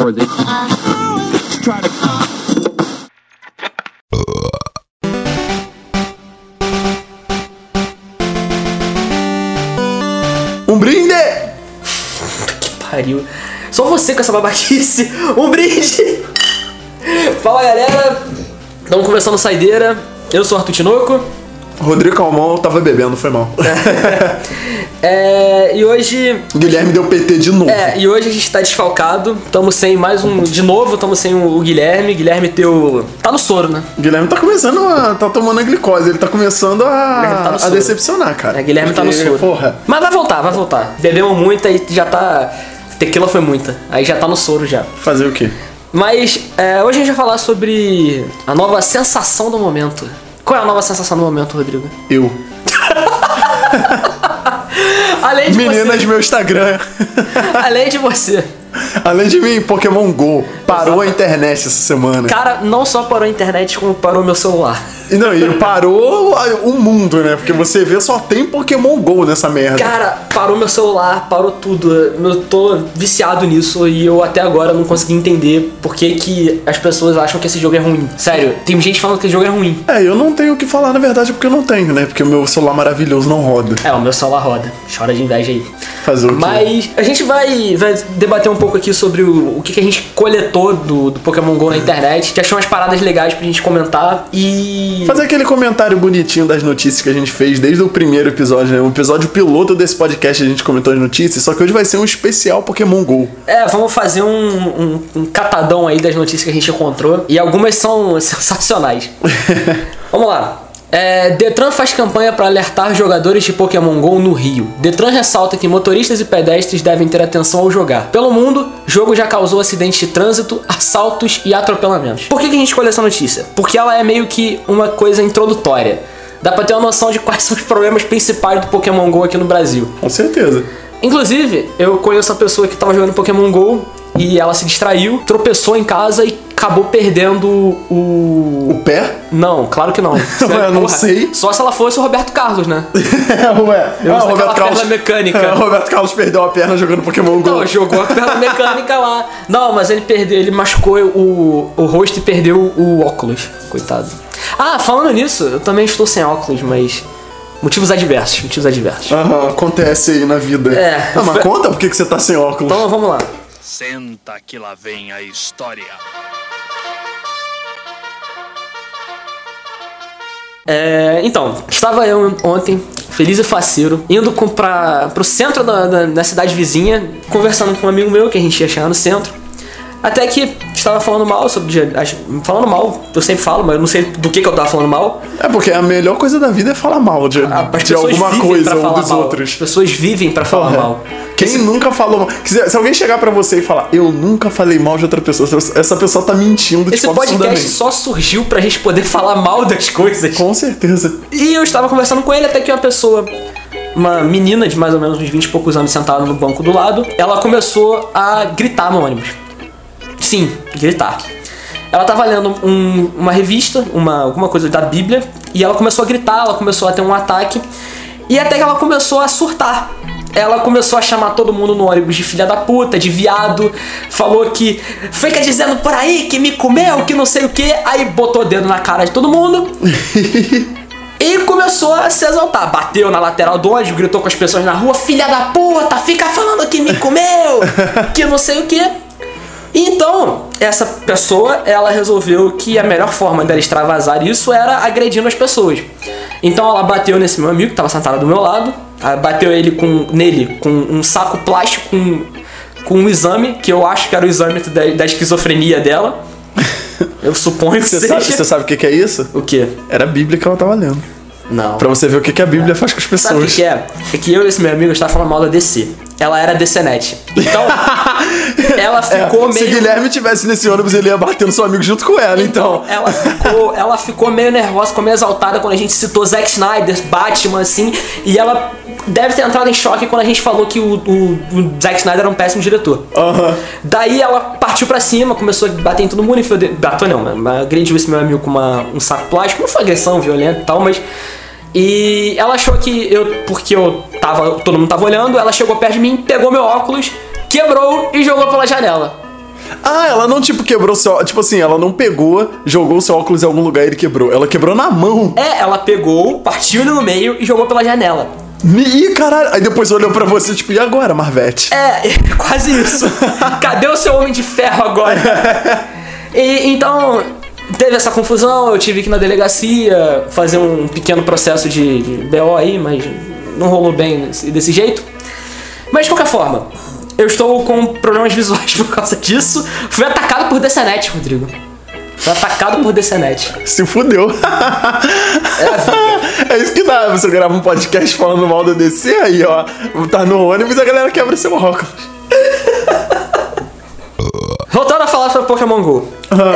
or they try to Um brinde! Pariu. Só você com essa babaquice. Um brinde! Fala galera! Estamos começando a saideira. Eu sou o Arthur Tinoco. Rodrigo Calmon tava bebendo, foi mal. É, e hoje. O Guilherme deu PT de novo. É, e hoje a gente tá desfalcado. Estamos sem mais um. De novo, estamos sem o Guilherme. Guilherme teu. Tá no soro, né? O Guilherme tá começando a. tá tomando a glicose, ele tá começando Guilherme a, tá no a soro. decepcionar, cara. É, Guilherme tá no Porque, soro. Porra. Mas vai voltar, vai voltar. Bebemos muito aí já tá. Tequila foi muita. Aí já tá no soro já. Fazer o quê? Mas é, hoje a gente vai falar sobre a nova sensação do momento. Qual é a nova sensação do momento, Rodrigo? Eu. Além de Meninas, você. meu Instagram. Além de você. Além de mim, Pokémon GO. Parou a internet essa semana. Cara, não só parou a internet, como parou meu celular. E Não, e parou a- o mundo, né? Porque você vê, só tem Pokémon GO nessa merda. Cara, parou meu celular, parou tudo. Eu tô viciado nisso e eu até agora não consegui entender por que, que as pessoas acham que esse jogo é ruim. Sério, tem gente falando que esse jogo é ruim. É, eu não tenho o que falar, na verdade, porque eu não tenho, né? Porque o meu celular maravilhoso não roda. É, o meu celular roda. Chora de inveja aí. Fazer o quê? Mas a gente vai, vai debater um pouco aqui sobre o, o que, que a gente coletou do, do Pokémon GO na internet. Que achou umas paradas legais pra gente comentar. E. Fazer aquele comentário bonitinho das notícias que a gente fez desde o primeiro episódio, né? O episódio piloto desse podcast a gente comentou as notícias, só que hoje vai ser um especial Pokémon GO. É, vamos fazer um, um- um catadão aí das notícias que a gente encontrou. E algumas são sensacionais. vamos lá. É, Detran faz campanha para alertar jogadores de Pokémon GO no Rio. Detran ressalta que motoristas e pedestres devem ter atenção ao jogar. Pelo mundo, jogo já causou acidentes de trânsito, assaltos e atropelamentos. Por que, que a gente escolheu essa notícia? Porque ela é meio que uma coisa introdutória. Dá pra ter uma noção de quais são os problemas principais do Pokémon GO aqui no Brasil. Com certeza. Inclusive, eu conheço a pessoa que tava jogando Pokémon GO e ela se distraiu, tropeçou em casa e acabou perdendo o. O pé? Não, claro que não. Ué, eu não sei. Só se ela fosse o Roberto Carlos, né? Ué, Eu uso aquela perna mecânica. Então, É, o Roberto Carlos perdeu a perna jogando Pokémon GO. Não, jogou a perna mecânica lá. Não, mas ele perdeu, ele machucou o, o rosto e perdeu o óculos. Coitado. Ah, falando nisso, eu também estou sem óculos, mas. Motivos adversos, motivos adversos. Aham, acontece aí na vida. É. Ah, mas conta por que que você tá sem óculos. Então vamos lá. Senta que lá vem a história. É, então, estava eu ontem, feliz e faceiro, indo com pra, pro centro da, da- da cidade vizinha, conversando com um amigo meu que a gente ia chegar no centro. Até que estava falando mal sobre. dia- as- Falando mal, eu sempre falo, mas eu não sei do que, que eu tava falando mal. É porque a melhor coisa da vida é falar mal de, A- Ah, As de pessoas alguma vivem coisa pra ou falar dos mal. As outros. pessoas vivem pra falar Porra. mal. É. Quem nunca falou mal? Se, se alguém chegar pra você e falar, eu nunca falei mal de outra pessoa, essa- essa pessoa tá mentindo, Esse tipo, podcast absurdamente. só surgiu pra gente poder falar mal das coisas. Com certeza. E eu estava conversando com ele até que uma pessoa, uma menina de mais ou menos uns 20 e poucos anos sentada no banco do lado, ela começou a gritar no ônibus. Sim, gritar. Ela tava lendo um- uma revista, uma, alguma coisa da Bíblia, e ela começou a gritar, ela começou a ter um ataque, e até que ela começou a surtar. Ela começou a chamar todo mundo no ônibus de filha da puta, de viado, falou que fica dizendo por aí que me comeu, que não sei o que, aí botou o dedo na cara de todo mundo, e começou a se exaltar. Bateu na lateral do ônibus, gritou com as pessoas na rua: Filha da puta, fica falando que me comeu, que não sei o quê. Então, essa pessoa, ela resolveu que a melhor forma dela extravasar isso era agredindo as pessoas. Então ela bateu nesse meu amigo que tava sentado do meu lado, ah, bateu ele com nele com um saco plástico com, com um exame, que eu acho que era o exame da, da esquizofrenia dela. Eu suponho que Você seja. sabe, você sabe o que, que é isso? O quê? Era a Bíblia que ela tava lendo. Não. Pra você ver o que, que a Bíblia faz com as pessoas. É. Sabe o que, que é? É que eu e esse meu amigo estava falando mal da DC. Ela era DCNet. Então, ela É, ficou se meio. Guilherme tivesse nesse ônibus, ele ia bater no seu amigo junto com ela, então. Ela ficou, ela ficou meio nervosa, ficou meio exaltada quando a gente citou Zack Snyder, Batman, assim. E ela deve ter entrado em choque quando a gente falou que o, o- o Zack Snyder era um péssimo diretor. Aham. Daí ela partiu pra cima, começou a bater em todo mundo, enfiou o dedo. Bateu não, mas- mas agrediu esse meu amigo com uma- um saco plástico. Não foi agressão violenta e tal, mas. E ela achou que eu. Porque eu tava. Todo mundo tava olhando, ela chegou perto de mim, pegou meu óculos, quebrou e jogou pela janela. Ah, ela não, tipo, quebrou seu. ó- Tipo assim, ela não pegou, jogou seu óculos em algum lugar e ele quebrou. Ela quebrou na mão. É, ela pegou, partiu ele no meio e jogou pela janela. Ih, caralho. Aí depois olhou pra você, tipo, e agora, Marvete? É, é quase isso. Cadê o seu homem de ferro agora? E, então, teve essa confusão, eu tive que ir na delegacia fazer um pequeno processo de, de BO aí, mas não rolou bem desse, desse jeito. Mas de qualquer forma, eu estou com problemas visuais por causa disso. Fui atacado por DCNet, Rodrigo. Fui atacado por DCNet. Se fudeu. É isso que dá. Você grava um podcast falando mal da DC, aí, ó. Tá no ônibus e a galera quebra seu óculos. Voltando a falar sobre Pokémon GO.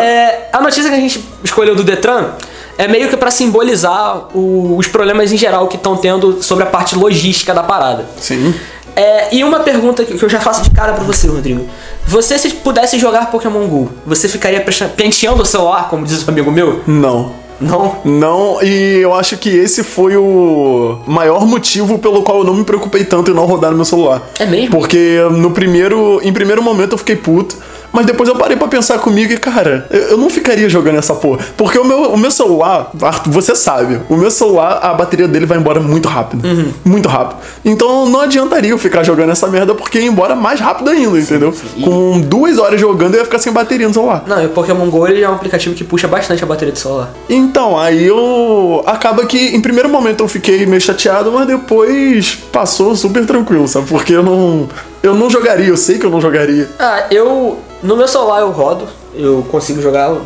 É, a notícia que a gente escolheu do Detran é meio que pra simbolizar o- os problemas em geral que estão tendo sobre a parte logística da parada. Sim. É, e uma pergunta que que eu já faço de cara pra você, Rodrigo. Você se pudesse jogar Pokémon GO, você ficaria presta- penteando o celular, como diz o amigo meu? Não. Não? Não, e eu acho que esse foi o maior motivo pelo qual eu não me preocupei tanto em não rodar no meu celular. É mesmo? Porque no primeiro, em primeiro momento eu fiquei puto, mas depois eu parei pra pensar comigo e, cara, eu, eu não ficaria jogando essa porra. Porque o meu, o meu celular, Arthur, você sabe, o meu celular, a bateria dele vai embora muito rápido. Muito rápido. Então não adiantaria eu ficar jogando essa merda porque ia embora mais rápido ainda, entendeu? Com duas horas jogando eu ia ficar sem bateria no celular. Não, e o Pokémon GO ele é um aplicativo que puxa bastante a bateria do celular. Então, aí eu. Acaba que em primeiro momento eu fiquei meio chateado, mas depois passou super tranquilo, sabe? Porque eu não. Eu não jogaria, eu sei que eu não jogaria. Ah, eu. No meu celular eu rodo, eu consigo jogar o,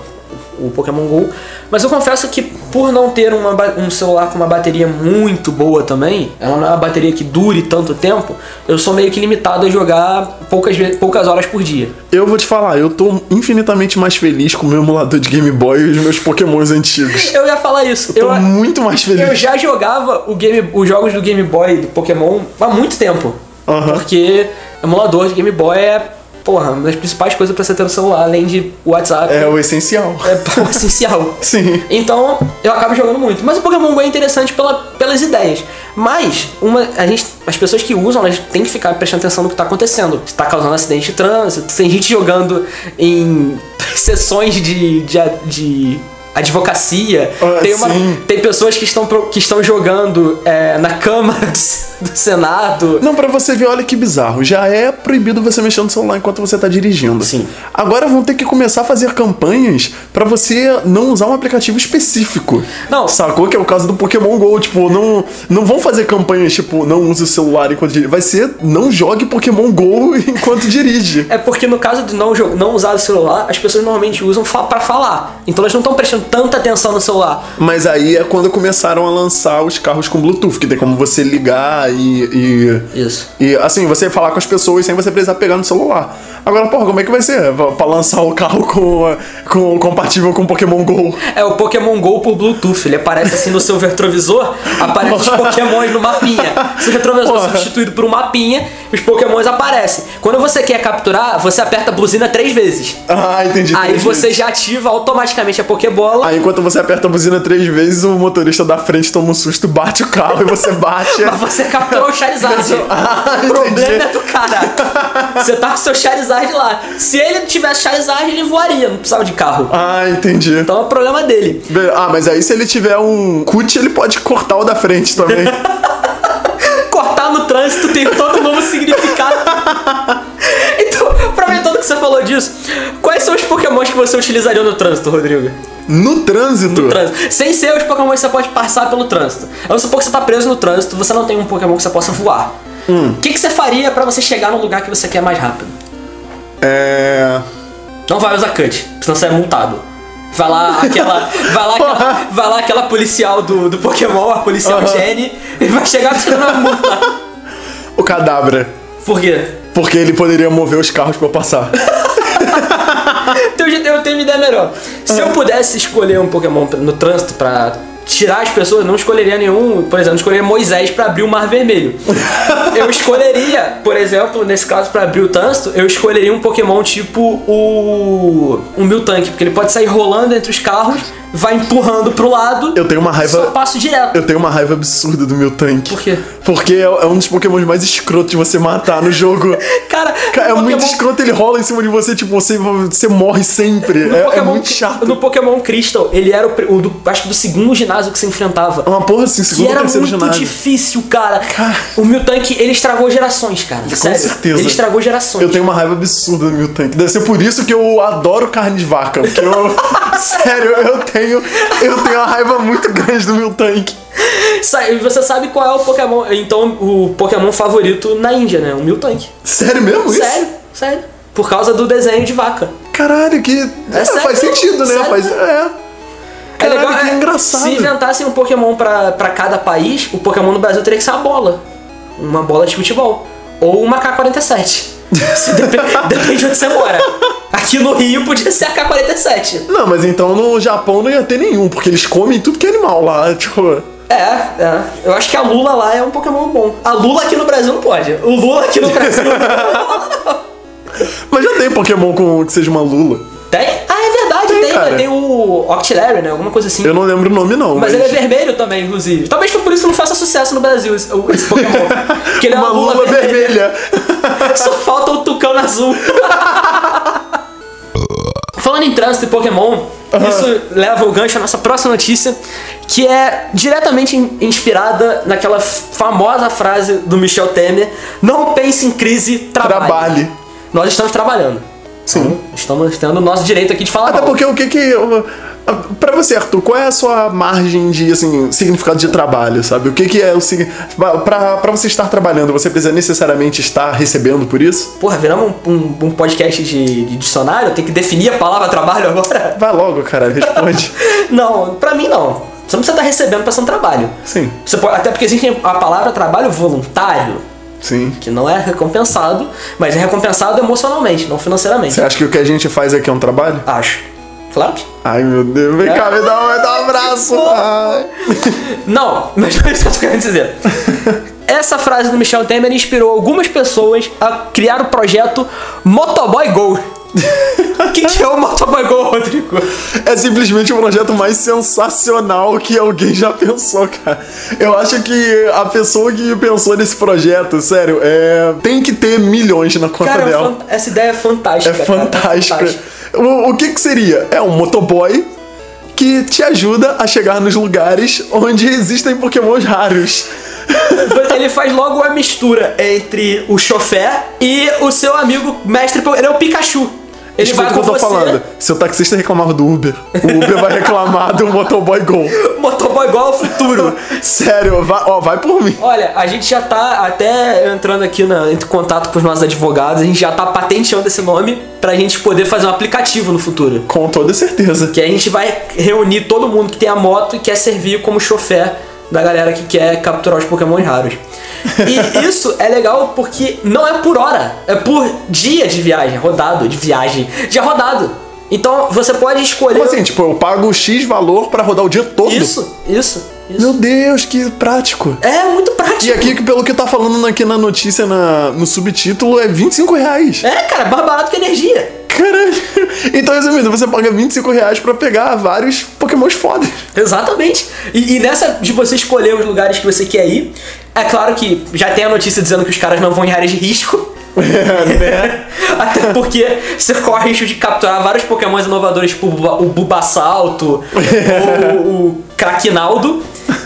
o Pokémon GO, mas eu confesso que por não ter uma ba- um celular com uma bateria muito boa também, ela não é uma bateria que dure tanto tempo, eu sou meio que limitado a jogar poucas, ve- poucas horas por dia. Eu vou te falar, eu tô infinitamente mais feliz com o meu emulador de Game Boy e os meus pokémons antigos. Eu ia falar isso. Tô muito mais Eu feliz. já jogava o game, os jogos do Game Boy do Pokémon há muito tempo. Aham. Porque emulador de Game Boy é, porra, uma das principais coisas pra você ter no celular, além de WhatsApp. É o essencial. É pão essencial. Sim. Então, eu acabo jogando muito. Mas o Pokémon GO é interessante pela, pelas ideias. Mas, uma, a gente, as pessoas que usam, elas têm que ficar prestando atenção no que tá acontecendo. Se tá causando acidente de trânsito, se tem gente jogando em sessões de... de, de advocacia. Ah, tem, uma- sim. tem pessoas que estão, pro- que estão jogando é, na Câmara do, Se- do Senado. Não, pra você ver, olha que bizarro. Já é proibido você mexer no celular enquanto você tá dirigindo. Sim. Agora vão ter que começar a fazer campanhas pra você não usar um aplicativo específico. Não. Sacou? Que é o caso do Pokémon GO. Tipo, não, não vão fazer campanhas, tipo, não use o celular enquanto dirige. Vai ser não jogue Pokémon GO enquanto dirige. É porque no caso de não, jo- não usar o celular, as pessoas normalmente usam fa para falar. Então elas não estão prestando tanta atenção no celular. Mas aí é quando começaram a lançar os carros com Bluetooth, que tem como você ligar e. e- um- Isso. E assim, você falar com as pessoas sem você precisar pegar no celular. Agora, porra, como é que vai ser pra pra lançar o carro com, com compatível com Pokémon GO? É o Pokémon GO por Bluetooth. Ele aparece assim no seu retrovisor, aparece os Pokémons no mapinha. Seu retrovisor é Porra. substituído por um mapinha, os Pokémons aparecem. Quando você quer capturar, você aperta a buzina três vezes. Ah, entendi. Aí três você vezes. já ativa automaticamente a Pokébola. Aí enquanto você aperta a buzina três vezes, o motorista da frente toma um susto, bate o carro e você bate. Mas você capturou o Charizard. Ah, o problema entendi. é do cara. Você tá com seu Charizard lá. Se ele tivesse Charizard, ele voaria, não precisava de carro. Ah, entendi. Então é o problema dele. Be- Ah, mas aí se ele tiver um cut, ele pode cortar o da frente também. cortar no trânsito tem todo um novo significado. Então, aproveitando que você falou disso, quais são os pokémons que você utilizaria no trânsito, Rodrigo? No trânsito. Trânsito. Sem ser os pokémons que você pode passar pelo trânsito. Vamos supor que você tá preso no trânsito, você não tem um pokémon que você possa voar. O que, que você faria pra você chegar no lugar que você quer mais rápido? É. Não vai usar cut, senão você é multado. Vai lá aquela. Vai lá aquela, vai lá aquela policial do, do Pokémon, a policial Jenny, e vai chegar te dando uma multa. O cadabra. Por quê? Porque ele poderia mover os carros pra eu passar. É. Então eu já- eu tenho uma ideia melhor. Se eu pudesse escolher um Pokémon pra- no trânsito pra tirar as pessoas, eu não escolheria nenhum, por exemplo, eu escolheria Moisés pra abrir o Mar Vermelho. eu escolheria, por exemplo, nesse caso pra abrir o trânsito, eu escolheria um Pokémon tipo o o Miltank, porque ele pode sair rolando entre os carros, vai empurrando pro lado. Eu tenho uma raiva- Só passo direto. Eu tenho uma raiva absurda do meu tanque. Por quê? Porque é, é um dos pokémons mais escroto de você matar no jogo. Cara, Cara, é no muito Pokémon- escroto, ele rola em cima de você, tipo, você, você morre sempre. No É, é Pokémon, muito chato. No Pokémon Crystal, ele era o, pri- o do, acho que do segundo ginásio que você enfrentava. É uma porra assim, Que segundo ou era muito terceiro ginásio. difícil, cara. O Miltank, ele estragou gerações, cara. Com Sério. certeza. Ele estragou gerações. Eu tenho uma raiva absurda do Miltank. Deve ser por isso que eu adoro carne de vaca. Porque eu. sério, eu tenho. Eu tenho uma raiva muito grande do Miltank. Sa- Você sabe qual é o Pokémon. Então, o Pokémon favorito na Índia, né? O Miltank. Sério mesmo isso? Sério, sério. Por causa do desenho de vaca. Caralho, que. É, sério faz mesmo, sentido, né? sério Faz. mesmo. É. Caralho, que é, engraçado. Se inventassem um Pokémon pra, pra cada país, o Pokémon no Brasil teria que ser uma bola. Uma bola de futebol. Ou uma K-47. Isso depe- depende de onde você mora. Aqui no Rio podia ser a K-47. Não, mas então no Japão não ia ter nenhum, porque eles comem tudo que é animal lá, tipo. É, é. Eu acho que a Lula lá é um Pokémon bom. A Lula aqui no Brasil não pode. O Lula aqui no Brasil. Mas já tem Pokémon com que seja uma Lula. tem? Ah, é verdade, Tem, tem. cara. Tem, o Octillery, né? Alguma coisa assim. Eu não lembro o nome, não. Mas ele é vermelho também, inclusive. Talvez foi por isso que não faça sucesso no Brasil esse, esse Pokémon. Porque ele é uma lula, vermelha. Só falta o tucano azul. Falando em trânsito e Pokémon, isso leva o gancho à nossa próxima notícia, que é diretamente in- inspirada naquela f- famosa frase do Michel Temer: Não pense em crise, trabalhe. Trabalhe. Nós estamos trabalhando. Então, Sim. Estamos tendo o nosso direito aqui de falar. Até mal. porque o que que. o- Pra você, Arthur, qual é a sua margem de, assim, significado de trabalho, sabe? O que que é o sig- pra- Pra pra você estar trabalhando, você precisa necessariamente estar recebendo por isso? Porra, viramos um, um- um podcast de, de dicionário? Tem que definir a palavra trabalho agora? Vai logo, cara, responde. Não, pra mim não. Você não precisa estar recebendo pra ser um trabalho. Sim. Você pode- até porque existe a palavra trabalho voluntário, Sim. que não é recompensado, mas é recompensado emocionalmente, não financeiramente. Você acha que o que a gente faz aqui é um trabalho? Acho. Claro que. Ai, meu Deus, vem cá, me dá um, me dá um abraço. Ai. Não, mas não é isso que eu tô querendo dizer. Essa frase do Michel Temer inspirou algumas pessoas a criar o projeto Motoboy Go. O que, que é o Motoboy Go, Rodrigo? É simplesmente o projeto mais sensacional que alguém já pensou, cara. Eu acho que a pessoa que pensou nesse projeto, sério, é... tem que ter milhões na conta Cara, dela. fan- essa ideia é fantástica. É cara, fantástica. O, o que que seria? É um motoboy que te ajuda a chegar nos lugares onde existem pokémons raros. Ele faz logo a mistura entre o chofé e o seu amigo mestre. Ele é o Pikachu. Ele Escuta vai o com que eu tô você. falando. Se o taxista reclamava do Uber, o Uber vai reclamar do motoboy Go. Motoboy igual ao futuro. Sério, vai, ó, vai por mim. Olha, a gente já tá até entrando aqui na, em contato com os nossos advogados, a gente já tá patenteando esse nome pra gente poder fazer um aplicativo no futuro. Com toda certeza. Que a gente vai reunir todo mundo que tem a moto e quer servir como chofé da galera que quer capturar os pokémons raros. E isso é legal porque não é por hora, é por dia de viagem, é rodado, de viagem, dia rodado. Então você pode escolher. Como assim? Tipo, eu pago X valor pra rodar o dia todo? Isso, isso, isso. Meu Deus, que prático. É muito prático. E aqui, pelo que tá falando aqui na notícia, na- no subtítulo, é 25 reais. É, cara, mais barato que energia. Caralho. Então, resumindo, você paga 25 reais pra pegar vários pokémons fodas. Exatamente. E, e nessa de você escolher os lugares que você quer ir, é claro que já tem a notícia dizendo que os caras não vão em áreas de risco. Até porque você corre o risco de capturar vários pokémons inovadores, tipo o Buba- o Bulbasalto ou o Craquinaldo.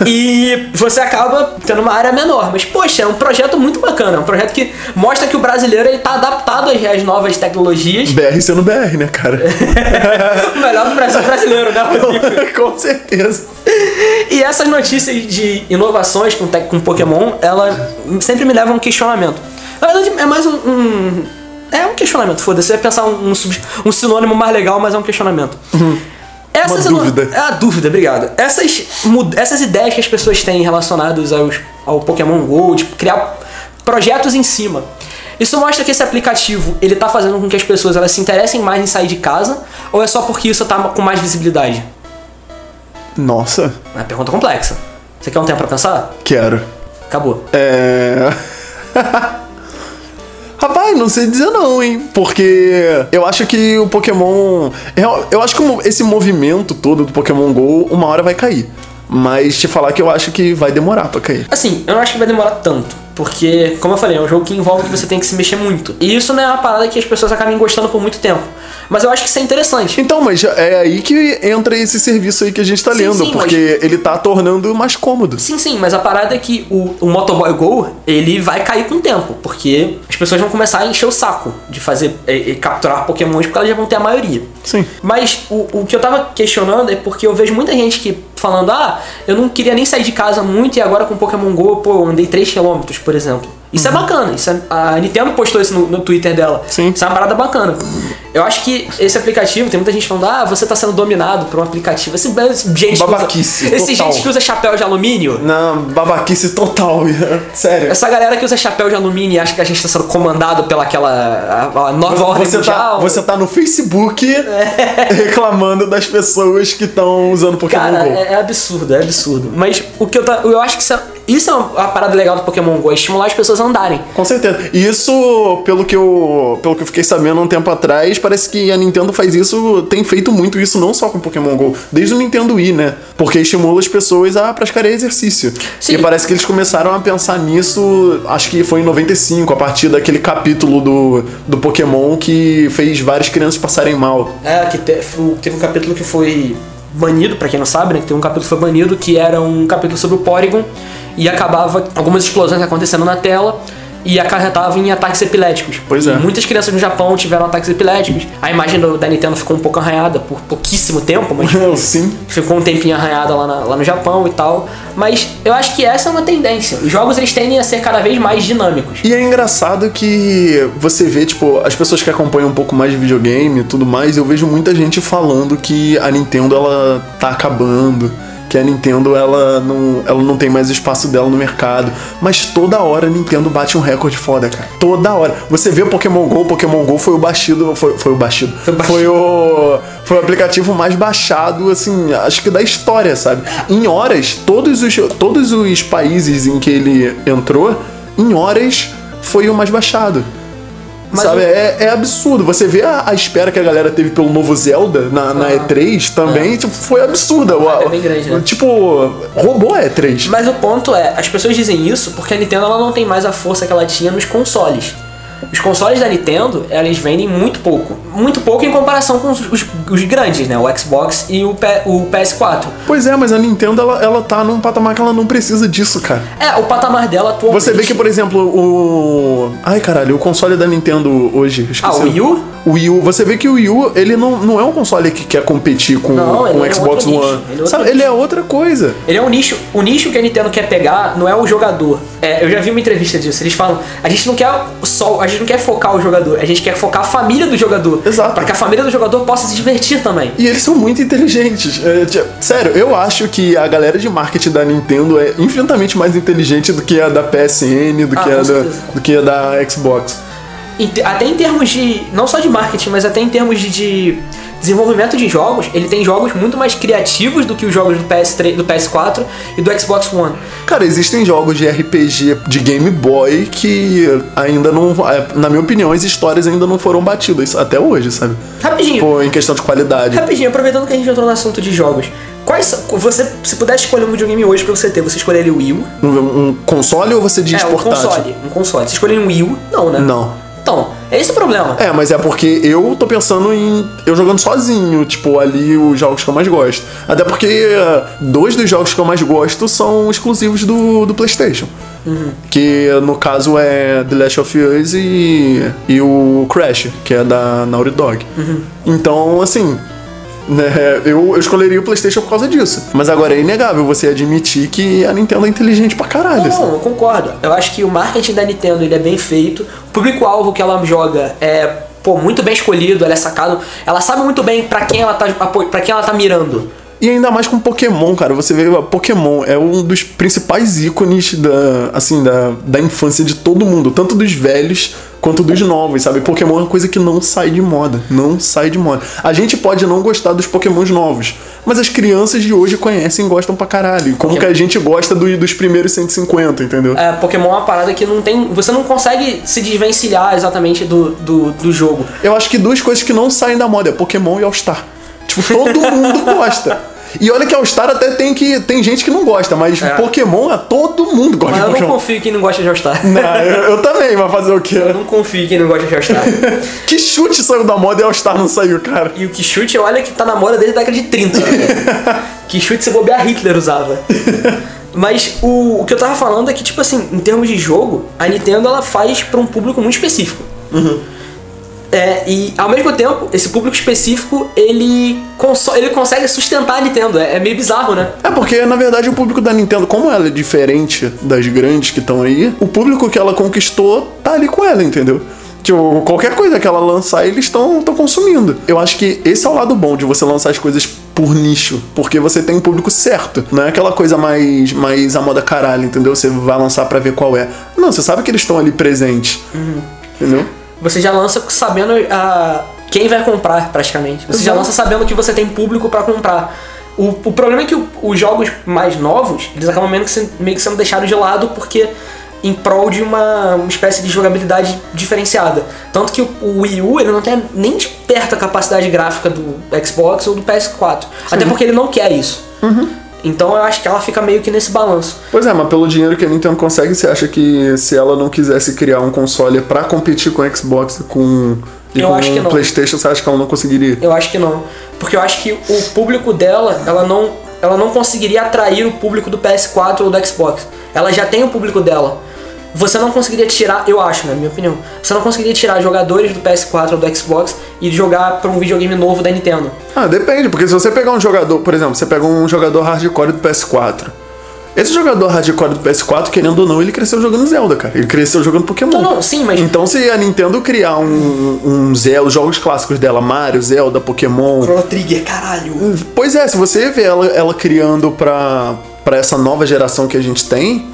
E você acaba tendo uma área menor. Mas, poxa, é um projeto muito bacana. É um projeto que mostra que o brasileiro ele tá adaptado às, às novas tecnologias. BR sendo BR, né, cara? Então, O melhor do Brasil brasileiro, né, Rodrigo? Com certeza. E essas notícias de inovações com, tec- com Pokémon, ela sempre me leva a um questionamento. Na verdade, é mais um. um- é um questionamento, foda-se. Você vai pensar um, um sub- um sinônimo mais legal, mas é um questionamento. Essas Uhum. Uma ino- dúvida. É a dúvida, obrigado. Essas, mu- essas ideias que as pessoas têm relacionadas aos, ao Pokémon GO, de criar projetos em cima. Isso mostra que esse aplicativo, ele tá fazendo com que as pessoas elas se interessem mais em sair de casa, ou é só porque isso tá com mais visibilidade? Nossa, É uma pergunta complexa. Você quer um tempo pra pensar? quero. Acabou. É. Rapaz, não sei dizer não, hein? Porque eu acho que o Pokémon. é, Eu- Eu acho que o- esse movimento todo do Pokémon GO, uma hora vai cair. Mas te falar que eu acho que vai demorar pra cair. Assim, eu não acho que vai demorar tanto. Porque, como eu falei, é um jogo que envolve que você tem que se mexer muito. E isso não é uma parada que as pessoas acabem gostando por muito tempo. Mas eu acho que isso é interessante. Então, mas é aí que entra esse serviço aí que a gente tá Sim, lendo, sim, porque ele tá tornando mais cômodo. Sim, sim, mas a parada é que o, o Motoboy Go, ele vai cair com o tempo. Porque as pessoas vão começar a encher o saco de fazer e, e capturar pokémons, porque elas já vão ter a maioria. Sim. Mas o, o que eu tava questionando é porque eu vejo muita gente que falando, ah, eu não queria nem sair de casa muito e agora com Pokémon GO, pô, eu andei 3km, por exemplo. Isso é bacana, isso é- a Nintendo postou isso no, no Twitter dela. Uhum. Sim. Isso é uma parada bacana. Eu acho que esse aplicativo, tem muita gente falando, ah, você tá sendo dominado por um aplicativo. Esse, esse gente Babaquice, que usa, esse total. gente que usa chapéu de alumínio. Na babaquice total, é, sério. Essa galera que usa chapéu de alumínio e acha que a gente tá sendo comandado pela aquela a- é a nova ordem Você tá, mundial. É. você tá no Facebook reclamando das pessoas que estão usando Pokémon Cara, GO. é, é absurdo, é absurdo. Mas o que eu, ta- eu acho que isso é, isso é uma parada legal do Pokémon GO, é estimular as pessoas a andarem. Com certeza. E isso, pelo que eu, pelo que eu fiquei sabendo um tempo atrás, parece que a Nintendo faz isso, tem feito muito isso não só com Pokémon GO, desde o Nintendo Wii, né? Porque estimula as pessoas a praticarem exercício. Sim. E parece que eles começaram a pensar nisso, acho que foi em 95, a partir daquele capítulo do, do Pokémon que fez várias crianças passarem mal. É, que te- o- teve um capítulo que foi banido, pra quem não sabe, né? Que teve um capítulo que foi banido, que era um capítulo sobre o Porygon, e acabava algumas explosões acontecendo na tela. E acarretava em ataques epiléticos. Pois é. E muitas crianças no Japão tiveram ataques epiléticos. A imagem do- da Nintendo ficou um pouco arranhada por pouquíssimo tempo, mas Sim. ficou um tempinho arranhada lá, na- lá no Japão e tal. Mas eu acho que essa é uma tendência. Os jogos eles tendem a ser cada vez mais dinâmicos. E é engraçado que você vê, tipo, as pessoas que acompanham um pouco mais de videogame e tudo mais, eu vejo muita gente falando que a Nintendo ela tá acabando, que a Nintendo ela não, ela não tem mais espaço dela no mercado. Mas toda hora a Nintendo bate um recorde foda, cara. Toda hora. Você vê Pokémon GO, Pokémon GO foi o bastido. Foi, foi o bastido. Foi o bastido. Foi o. Foi o aplicativo mais baixado, assim, acho que da história, sabe? Em horas, todos os, todos os países em que ele entrou, em horas foi o mais baixado. Mas sabe, eu- é, é absurdo. Você vê a, a espera que a galera teve pelo novo Zelda na, Ah. na E3 também, tipo, foi absurda. marca Uau. É. bem grande, né? Tipo, roubou a E3. Mas o ponto é, as pessoas dizem isso porque a Nintendo ela não tem mais a força que ela tinha nos consoles. Os consoles da Nintendo, eles vendem muito pouco. Muito pouco em comparação com os, os- os grandes, né? O Xbox e o, P- o PS4. Pois é, mas a Nintendo ela, ela tá num patamar que ela não precisa disso, cara. É, o patamar dela atualmente... Você vê que, por exemplo, o. Ai, caralho, o console da Nintendo hoje. eu Esqueci. Ah, o Wii U? O Wii U. Você vê que o Wii U, ele não, não é um console que quer competir com, Não, ele com é o Xbox outro nicho, One. ele é outro Sabe? nicho. Ele é outra coisa. Ele é um nicho. O nicho que a Nintendo quer pegar não é o jogador. É, eu já vi uma entrevista disso. Eles falam: a gente não quer só, a gente não quer focar o jogador. A gente quer focar a família do jogador. Exato. Pra que a família do jogador possa se divertir também. E eles são muito inteligentes. É, ti- sério, eu acho que a galera de marketing da Nintendo é infinitamente mais inteligente do que a da PSN, do, que, Ah, com a da, certeza. do que a da Xbox. Em te- até em termos de, não só de marketing, mas até em termos de, de desenvolvimento de jogos, ele tem jogos muito mais criativos do que os jogos do PS3, do PS4 e do Xbox One. Cara, existem jogos de RPG de Game Boy que ainda não. é, Na minha opinião, as histórias ainda não foram batidas até hoje, sabe? Rapidinho. Tipo, em questão de qualidade. Rapidinho, aproveitando que a gente entrou no assunto de jogos. Quais são- você se pudesse escolher um videogame hoje pra você ter, você escolheria o Wii U? Um, um console ou você diz É, um portátil? console, um console. Se escolher um Wii U, não, né? Não. Então, é esse o problema. É, mas é porque eu tô pensando em. Eu jogando sozinho, tipo, ali os jogos que eu mais gosto. Até porque eh, dois dos jogos que eu mais gosto são exclusivos do, do PlayStation. Uhum. Que no caso é The Last of Us e, e o Crash, que é da Naughty Dog. Uhum. Então, assim. Né, eu, eu escolheria o PlayStation por causa disso. Mas agora é inegável você admitir que a Nintendo é inteligente pra caralho. assim. Não, eu concordo. Eu acho que o marketing da Nintendo ele é bem feito. O público-alvo que ela joga é pô, muito bem escolhido, ela é sacado. Ela sabe muito bem pra quem ela tá apo- pra quem ela tá mirando. E ainda mais com Pokémon, cara. Você vê, Pokémon é um dos principais ícones da, assim, da, da infância de todo mundo, tanto dos velhos quanto dos novos, sabe? Pokémon é uma coisa que não sai de moda, não sai de moda. A gente pode não gostar dos Pokémons novos, mas as crianças de hoje conhecem e gostam pra caralho. Como que a gente gosta do- dos primeiros 150, entendeu? É, Pokémon é uma parada que não tem. Você não consegue se desvencilhar exatamente do, do, do jogo. Eu acho que duas coisas que não saem da moda é Pokémon e All-Star. Tipo, todo mundo gosta. E olha que All-Star até tem que. Tem gente que não gosta, mas Pokémon a todo mundo gosta de É. Mas eu não Pokémon. confio em quem não gosta de All-Star. Não, eu, eu também, mas fazer o quê? Eu não confio em quem não gosta de All-Star. Que chute saiu da moda e All-Star não saiu, cara. E o Kixute, olha que tá na moda desde a década de 30. Kixute, se bobear, Hitler usava. Mas o, o que eu tava falando é que, tipo assim, em termos de jogo, a Nintendo ela faz pra um público muito específico. É, e ao mesmo tempo, esse público específico, ele, conso- ele consegue sustentar a Nintendo. É, é meio bizarro, né? É porque, na verdade, o público da Nintendo, como ela é diferente das grandes que estão aí, o público que ela conquistou tá ali com ela, entendeu? Tipo, qualquer coisa que ela lançar, eles estão consumindo. Eu acho que esse é o lado bom de você lançar as coisas por nicho, porque você tem o público certo. Não é aquela coisa mais, mais a moda caralho, entendeu? Você vai lançar pra ver qual é. Não, você sabe que eles estão ali presentes. Entendeu? Você já lança sabendo ah, quem vai comprar, praticamente. Você já Exato. lança sabendo que você tem público pra comprar. O, o problema é que o- os jogos mais novos, eles acabam meio que, sen- meio que sendo deixados de lado porque em prol de uma, uma espécie de jogabilidade diferenciada. Tanto que o, o Wii U ele não tem nem de perto a capacidade gráfica do Xbox ou do PS4. Até porque ele não quer isso. Então eu acho que ela fica meio que nesse balanço. Pois é, mas pelo dinheiro que a Nintendo consegue, você acha que se ela não quisesse criar um console pra competir com o Xbox e com, e Eu com acho que o não. PlayStation, você acha que ela não conseguiria? Eu acho que não. Porque eu acho que o público dela, ela não, ela não conseguiria atrair o público do PS4 ou do Xbox. Ela já tem o público dela. Você não conseguiria tirar, eu acho, na minha opinião, você não conseguiria tirar jogadores do PS4 ou do Xbox e jogar pra um videogame novo da Nintendo. Ah, depende, porque se você pegar um jogador, por exemplo, você pega um jogador hardcore do PS4. Esse jogador hardcore do PS4, querendo ou não, ele cresceu jogando Zelda, cara. Ele cresceu jogando Pokémon. Não, não, sim, mas- Então, se a Nintendo criar um, um Zelda, os jogos clássicos dela, Mario, Zelda, Pokémon, Chrono Trigger, caralho. um Pois é, se você vê ela, ela criando pra, pra essa nova geração que a gente tem,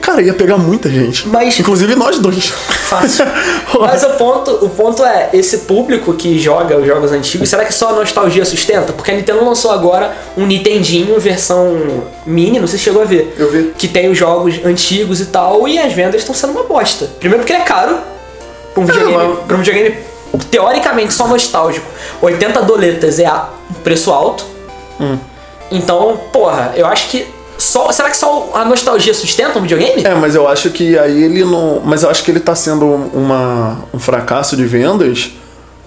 cara, ia pegar muita gente. Mas- Inclusive nós dois. Fácil. Mas o ponto, o ponto é, esse público que joga os jogos antigos, será que só a nostalgia sustenta? Porque a Nintendo lançou agora um Nintendinho versão mini, não sei se chegou a ver. Eu vi. Que tem os jogos antigos e tal, e as vendas estão sendo uma bosta. Primeiro porque ele é caro pra um videogame, É, mas- pra um videogame teoricamente só nostálgico. 80 doletas é a- um preço alto. Hum. Então, porra, eu acho que. Só, será que só a nostalgia sustenta um videogame? É, mas eu acho que aí ele não. Mas eu acho que ele tá sendo uma, um fracasso de vendas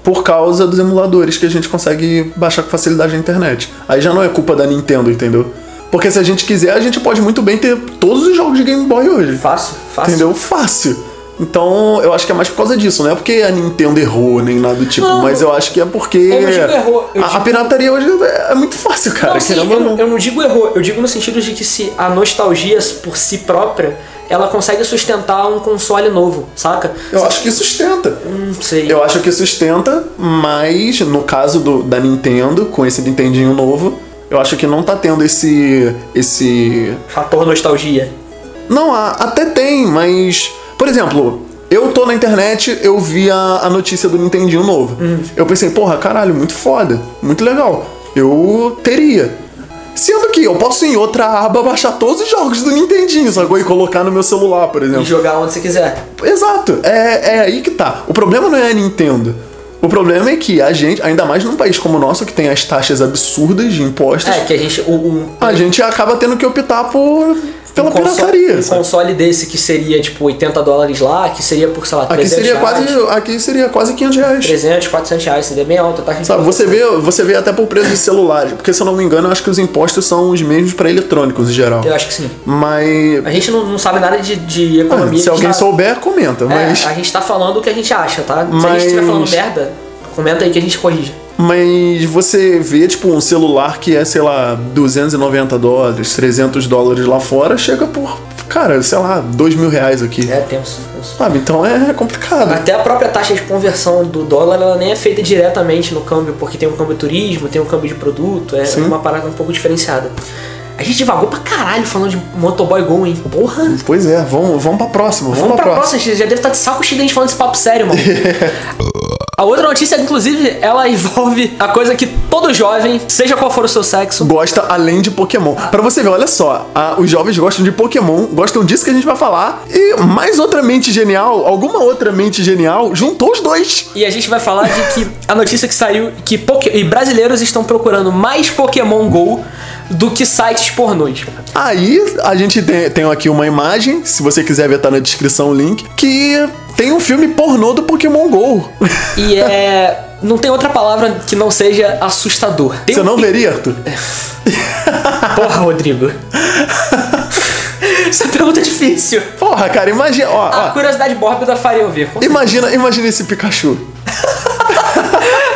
por causa dos emuladores que a gente consegue baixar com facilidade na internet. Aí já não é culpa da Nintendo, entendeu? Porque se a gente quiser, a gente pode muito bem ter todos os jogos de Game Boy hoje. Fácil, fácil. Entendeu? Fácil. Então, eu acho que é mais por causa disso, não é porque a Nintendo errou nem nada do tipo, Não, mas eu acho que é porque. eu não digo errou, eu a, a digo- pirataria hoje é é muito fácil, cara. Não, sim, querendo ou eu, não. eu não digo errou, eu digo no sentido de que se a nostalgia por si própria, ela consegue sustentar um console novo, saca? Eu acho que sustenta. Não sei. Eu acho que sustenta, mas no caso do- da Nintendo, com esse Nintendinho novo, eu acho que não tá tendo esse. esse. Fator nostalgia. Não, a- até tem, mas. Por exemplo, eu tô na internet, eu vi a, a notícia do Nintendinho novo. Hum. Eu pensei, porra, caralho, muito foda, muito legal. Eu teria. Sendo que eu posso ir em outra aba baixar todos os jogos do Nintendinho, sacou? E colocar no meu celular, por E exemplo. jogar onde você quiser. Exato, é, é aí que tá. O problema não é a Nintendo. O problema é que a gente, ainda mais num país como o nosso, que tem as taxas absurdas de impostos, É, que a gente. o- Um, a gente acaba tendo que optar por Ah, pela um console- pirataria. Um sabe? console desse que seria tipo 80 dólares lá, que seria por, sei lá, Aqui 300 seria, reais, quase, aqui seria quase 500 reais. 300, 400 reais, seria bem alta, tá? Sabe, você vê, você vê até por preço de celular, porque se eu não me engano, eu acho que os impostos são os mesmos pra eletrônicos em geral. Eu acho que sim. Mas. A gente não, não sabe nada de, de Ah, economia. Se a gente alguém tá- souber, comenta. É, Mas. a gente tá falando o que a gente acha, tá? Se a gente Mas- estiver falando merda, comenta aí que a gente corrige. Mas você vê, tipo, um celular que é, sei lá, 290 dólares, 300 dólares lá fora, chega por cara, sei lá, dois mil reais aqui. É tenso, tenso. Sabe? Então é complicado. Até a própria taxa de conversão do dólar, ela nem é feita diretamente no câmbio, porque tem um câmbio turismo, tem um câmbio de produto, é Sim. uma parada um pouco diferenciada. A gente divagou pra caralho falando de motoboy gol, hein? Porra! Pois é, vamos, vamos pra próxima. Vamos, Vamos pra próxima. próxima, gente já deve estar de saco cheio da gente falando esse papo sério, mano. A outra notícia, inclusive, ela envolve a coisa que todo jovem, seja qual for o seu sexo, Gosta além de Pokémon. Pra você ver, olha só. ah, os jovens gostam de Pokémon, gostam disso que a gente vai falar. E mais outra mente genial, alguma outra mente genial, juntou os dois. e a gente vai falar de que a notícia que saiu que poké- e brasileiros estão procurando mais Pokémon GO do que sites pornôs. Aí a gente tem, tem aqui uma imagem, se você quiser ver, tá na descrição o link, que tem um filme pornô do Pokémon GO. E é. Não tem outra palavra que não seja assustador. Tem Você um- não tá- veria, Arthur? Porra, Rodrigo. Essa pergunta é difícil. Porra, cara, imagina. Ó, A ó, curiosidade mórbida faria eu ver. imagina, imagina esse Pikachu.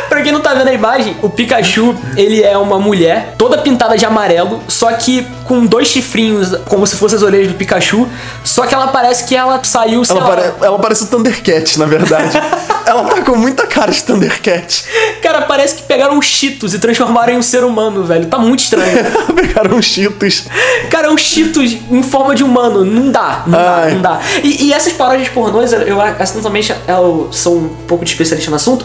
Pra quem não tá vendo a imagem, o Pikachu, ele é uma mulher toda pintada de amarelo, só que com dois chifrinhos, como se fossem as orelhas do Pikachu, só que ela parece que ela saiu, sei Ela, lá. pare- ela parece o Thundercat, na verdade. ela tá com muita cara de Thundercat. Cara, parece que pegaram um Cheetos e transformaram em um ser humano, velho. Tá muito estranho. Pegaram uns Cheetos. Cara, é um Cheetos em forma de humano. Não dá, não dá, Ai. não dá. E, e essas paródias pornôs, eu, eu acidentalmente eu sou um pouco de especialista no assunto.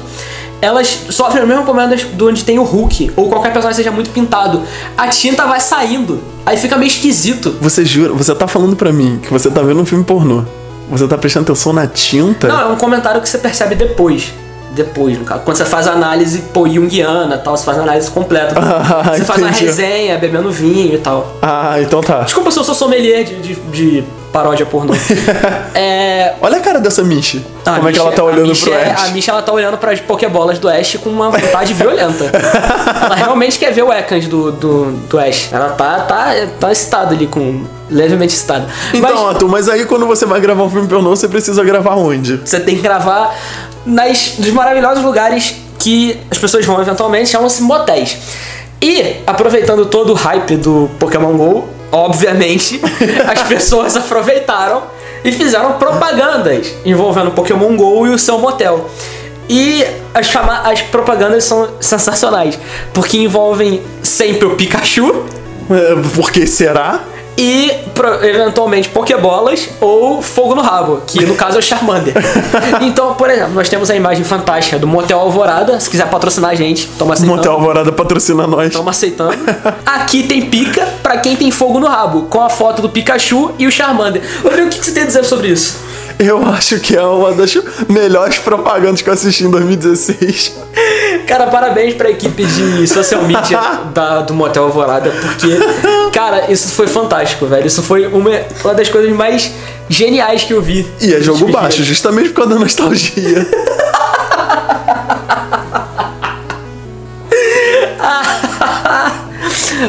Elas sofrem o mesmo problema das- do onde tem o Hulk, ou qualquer personagem seja muito pintado. A tinta vai saindo, aí fica meio esquisito. Você jura? Você tá falando pra mim que você tá vendo um filme pornô. Você tá prestando atenção na tinta? Não, é um comentário que você percebe depois. Depois, no caso. Quando você faz a análise, pô, junguiana e tal, você faz a análise completa. Ah, você faz uma entendi. resenha, bebendo vinho e tal. Ah, então tá. Desculpa se eu sou sommelier de, de- de paródia pornô. é, Olha a cara dessa Michi. Ah, Como a é que ela tá Misha- a olhando Misha pro é- Ash? A Misha, ela tá olhando pras pokebolas do Ash com uma vontade violenta. ela realmente quer ver o Ekans do, do, do Ash. Ela tá, tá, tá excitada ali, com levemente excitada. Então, Mas Otto, mas aí quando você vai gravar um filme pornô, você precisa gravar onde? você tem que gravar nas, nos maravilhosos lugares que as pessoas vão eventualmente, chamam-se motéis. E, aproveitando todo o hype do Pokémon GO, obviamente, as pessoas aproveitaram e fizeram propagandas envolvendo Pokémon GO e o seu motel. E as, chama- as propagandas são sensacionais, porque envolvem sempre o Pikachu É, Porque será? e, pro- eventualmente, Pokébolas ou Fogo no Rabo, que no caso é o Charmander. então, por exemplo, nós temos a imagem fantástica do Motel Alvorada. Se quiser patrocinar a gente, toma aceitando. Motel Alvorada patrocina nós. Tamo aceitando. Aqui tem pica pra quem tem fogo no rabo, com a foto do Pikachu e o Charmander. Rodrigo, o que que você tem a dizer sobre isso? Eu acho que é uma das melhores propagandas que eu assisti em 2016. Cara, parabéns pra equipe de social media da- do Motel Alvorada, porque, cara, isso foi fantástico, velho. Isso foi uma, uma das coisas mais geniais que eu vi. E é jogo Despedida. baixo, justamente por causa da nostalgia.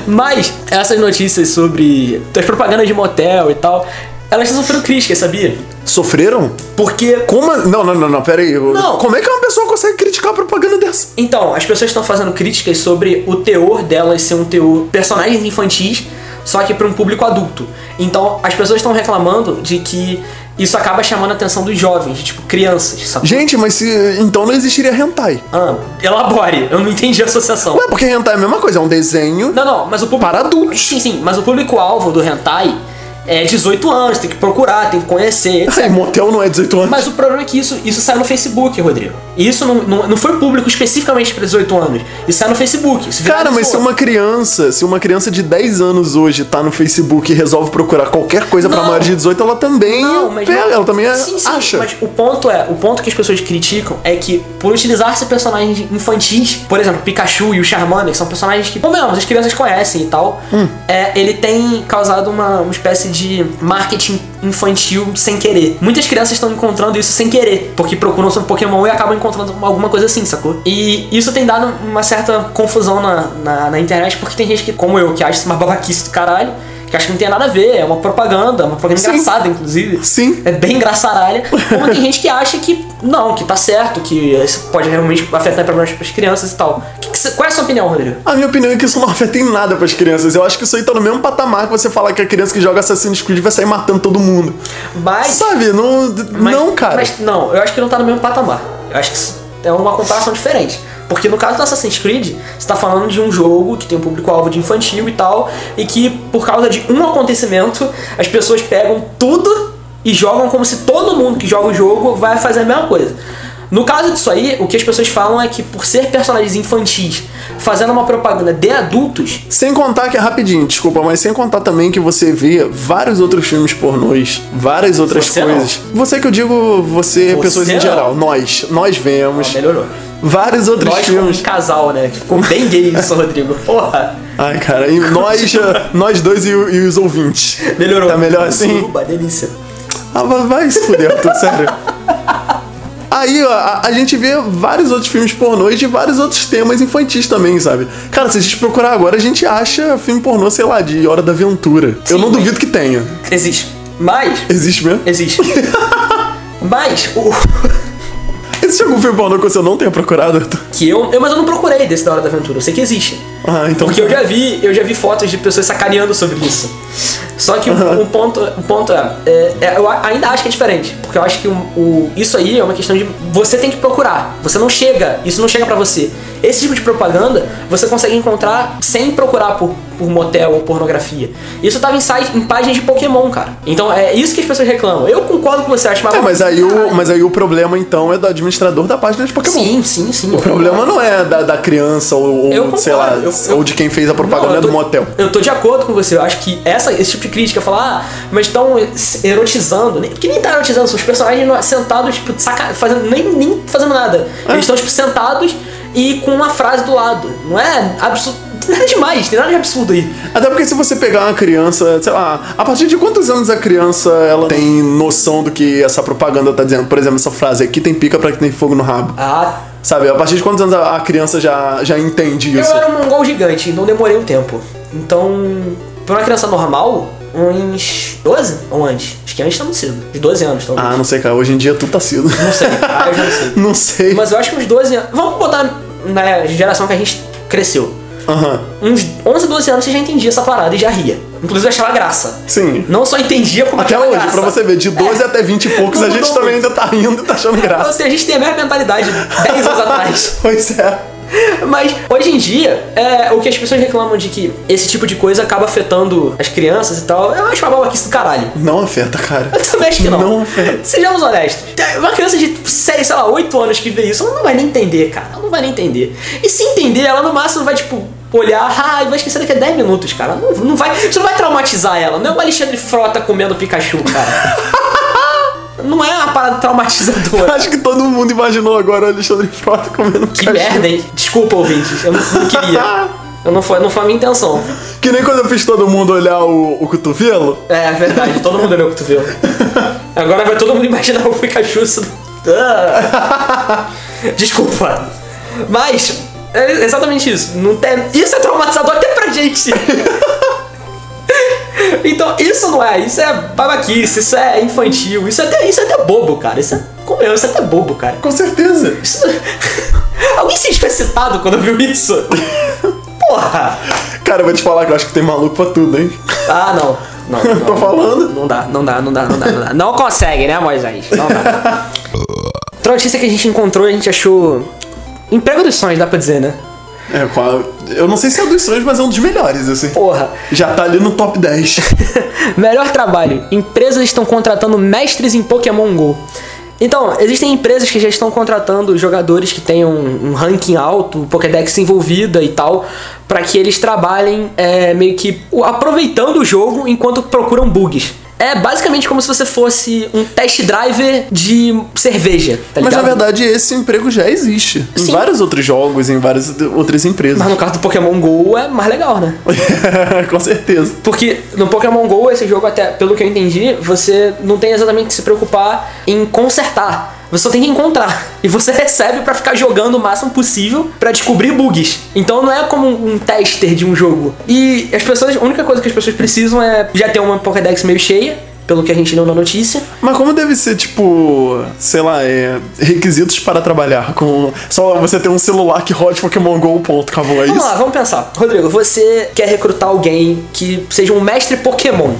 Mas essas notícias sobre as propagandas de motel e tal, elas estão sofrendo críticas, sabia? Sofreram? Porque. Como? a- Não, não, não, não, pera aí. Eu- Não. Como é que uma pessoa consegue criticar a propaganda dessa? Então, as pessoas estão fazendo críticas sobre o teor delas ser um teor personagens infantis, só que para um público adulto. Então, as pessoas estão reclamando de que isso acaba chamando a atenção dos jovens, tipo crianças, sabe? Gente, mas se, então não existiria hentai. Ah, elabore, eu não entendi a associação. Ué, porque hentai é a mesma coisa, é um desenho. Não, não, mas o público. Para adultos. Sim, sim, mas o público-alvo do hentai é 18 anos, tem que procurar, tem que conhecer, etc. Ai, motel não é 18 anos. Mas o problema é que isso, isso saiu no Facebook, Rodrigo. E isso não, não, não foi público especificamente para 18 anos. Isso saiu no Facebook. Isso Cara, mas se viralizou. uma criança, se uma criança de 10 anos hoje tá no Facebook e resolve procurar qualquer coisa pra Não. maior de 18, ela também Não, mas pega, não- ela também é- Sim, sim, acha. Mas o ponto é, o ponto que as pessoas criticam é que por utilizar-se personagens infantis, por exemplo, Pikachu e o Charmander, que são personagens que, pelo menos, as crianças conhecem e tal, é, ele tem causado uma, uma espécie de marketing infantil sem querer. Muitas crianças estão encontrando isso sem querer, porque procuram sobre Pokémon e acabam encontrando alguma coisa assim, sacou? E isso tem dado uma certa confusão na, na, na internet, porque tem gente que, como eu, que acha isso uma babaquice do caralho que acho que não tem nada a ver, é uma propaganda, uma propaganda Sim. engraçada, inclusive. Sim. É bem engraçaralha. Como tem gente que acha que não, que tá certo, que isso pode realmente afetar problemas para as crianças e tal. Que que cê- qual é a sua opinião, Rodrigo? A minha opinião é que isso não afeta em nada pras crianças. Eu acho que isso aí tá no mesmo patamar que você falar que a criança que joga Assassin's Creed vai sair matando todo mundo. Mas, Sabe? Não, mas- não cara. Mas não, eu acho que não tá no mesmo patamar. Eu acho que isso é uma comparação diferente. Porque no caso do Assassin's Creed, você tá falando de um jogo que tem um público-alvo de infantil e tal, e que por causa de um acontecimento, as pessoas pegam tudo e jogam como se todo mundo que joga o jogo vai fazer a mesma coisa. No caso disso aí, o que as pessoas falam é que por ser personagens infantis fazendo uma propaganda de adultos, Sem contar que é rapidinho, desculpa, mas sem contar também que você vê vários outros filmes pornôs, várias outras Você não. coisas. Você que eu digo, você, Você pessoas em não. geral, nós, nós vemos melhorou. vários outros Nós como filmes. um casal, né? Ficou bem gay isso, Rodrigo. Porra. Ai, cara, e nós, nós dois e, o- e os ouvintes. Melhorou. Tá melhor assim? Suba, delícia. Ah, vai, vai se fuder, Arthur, sério. Aí, ó, a, a gente vê vários outros filmes pornôs de vários outros temas infantis também, sabe? Cara, se a gente procurar agora, a gente acha filme pornô, sei lá, de Hora da Aventura. eu Sim, não mas- duvido que tenha. Existe. Mas. Existe mesmo? Existe. Mas, o. Existe algum filme pornô que você não tenha procurado? Arthur? Que eu, eu. Mas eu não procurei desse da hora da aventura. Eu sei que existe. Ah, então. Porque eu já vi, eu já vi fotos de pessoas sacaneando sobre isso. Só que o um ponto, um ponto é, é, é, eu a- ainda acho que é diferente, porque eu acho que o, o- isso aí é uma questão de você tem que procurar. Você não chega, isso não chega pra você. Esse tipo de propaganda você consegue encontrar sem procurar por, por motel ou pornografia. Isso tava em site, em páginas de Pokémon, cara. Então é isso que as pessoas reclamam. Eu concordo com você, acho É, mas aí, o, Caralho. mas aí o problema então é do administrador da página de Pokémon. Sim, sim, sim. O problema não é da, da criança ou, ou, Eu concordo, sei lá, eu- ou de quem fez a propaganda Não, eu tô- do motel. Eu tô de acordo com você. Eu acho que essa, esse tipo de crítica, falar, ah, mas estão erotizando. nem- Porque nem tá erotizando, são os personagens no- sentados, tipo, saca, fazendo, nem, nem fazendo nada. É. Eles estão, tipo, sentados e com uma frase do lado. Não é absurdo. Nada demais, tem nada de absurdo aí. Até porque se você pegar uma criança, sei lá, a partir de quantos anos a criança ela tem noção do que essa propaganda tá dizendo? Por exemplo, essa frase aqui tem pica pra que tem fogo no rabo. Ah, Sabe, a partir de quantos anos a, a criança já, já entende isso? eu era um mongol gigante, então demorei um tempo. Então, pra uma criança normal, uns 12 ou antes. Acho que antes tá muito cedo. Uns 12 anos, talvez. Ah, não sei, cara. Hoje em dia tudo tá cedo. Não sei. Ah, eu já não sei. não sei. Mas eu acho que uns 12 anos. Vamos botar na geração que a gente cresceu. Aham. Uns 11, 12 anos você já entendia essa parada e já ria. Inclusive eu achava graça. Sim. Não só entendia, como Até achava hoje, graça. pra você ver, de 12 até 20 e poucos, Não a gente mudou também muito. ainda tá rindo e tá achando graça. Assim, a gente tem a mesma mentalidade de 10 anos atrás. Pois é. Mas hoje em dia, é, o que as pessoas reclamam de que esse tipo de coisa acaba afetando as crianças e tal, eu acho uma babaquice do caralho. Não afeta, cara. Eu também acho que não. Não afeta. Sejamos honestos. Uma criança de, sei, sei lá, 8 anos que vê isso, ela não vai nem entender, cara. Ela não vai nem entender. E se entender, ela no máximo vai, tipo, olhar, ah, e vai esquecer daqui a 10 minutos, cara. Não, não vai, isso não vai traumatizar ela. Não é o Alexandre Frota comendo Pikachu, cara. não é uma parada traumatizadora. Acho que todo mundo imaginou agora o Alexandre Frota comendo Que cachorro. merda, hein? Desculpa, ouvintes. Eu não, não queria. Eu não foi, não foi a minha intenção. Que nem quando eu fiz todo mundo olhar o, o cotovelo. É, é verdade, todo mundo olhou o cotovelo. Agora vai todo mundo imaginar o Pikachu. isso- Ah. Desculpa. Mas, é exatamente isso. Não tem... Isso é traumatizador até pra gente. Então, isso não é, isso é babaquice, isso é infantil, isso é até, isso é até bobo, cara. Isso é, como é, isso é até bobo, cara. Com certeza. Isso- Alguém se sentiu excitado quando viu isso? Porra! Cara, eu vou te falar que eu acho que tem maluco pra tudo, hein? Ah, não. Não, não, Tô falando. Não dá, não dá, não dá, não dá, não dá. Não consegue, né, Moisés? Não dá. Outra notícia que a gente encontrou, a gente achou. Emprego dos sonhos, dá pra dizer, né? É, qual- eu não sei se é um dos sonhos, mas é um dos melhores, assim. Porra. Já tá ali no top 10. Melhor trabalho. Empresas estão contratando mestres em Pokémon GO. Então, existem empresas que já estão contratando jogadores que tenham um ranking alto, Pokédex envolvida e tal, pra que eles trabalhem é, meio que o- aproveitando o jogo enquanto procuram bugs. É basicamente como se você fosse um test driver de cerveja, tá mas ligado? na verdade, esse emprego já existe. Em Sim. vários outros jogos, em várias d- outras empresas. Mas no caso do Pokémon GO é mais legal, né? Com certeza. Porque no Pokémon GO, esse jogo, até pelo que eu entendi, você não tem exatamente que se preocupar em consertar. Você só tem que encontrar. E você recebe pra ficar jogando o máximo possível pra descobrir bugs. Então não é como um tester de um jogo. E as pessoas, a única coisa que as pessoas precisam é já ter uma Pokédex meio cheia, pelo que a gente leu na notícia. Mas como deve ser, tipo, sei lá, é, requisitos para trabalhar com. Só você ter um celular que roda Pokémon GO, ponto, acabou, é Vamos lá, isso? vamos pensar. Rodrigo, você quer recrutar alguém que seja um mestre Pokémon.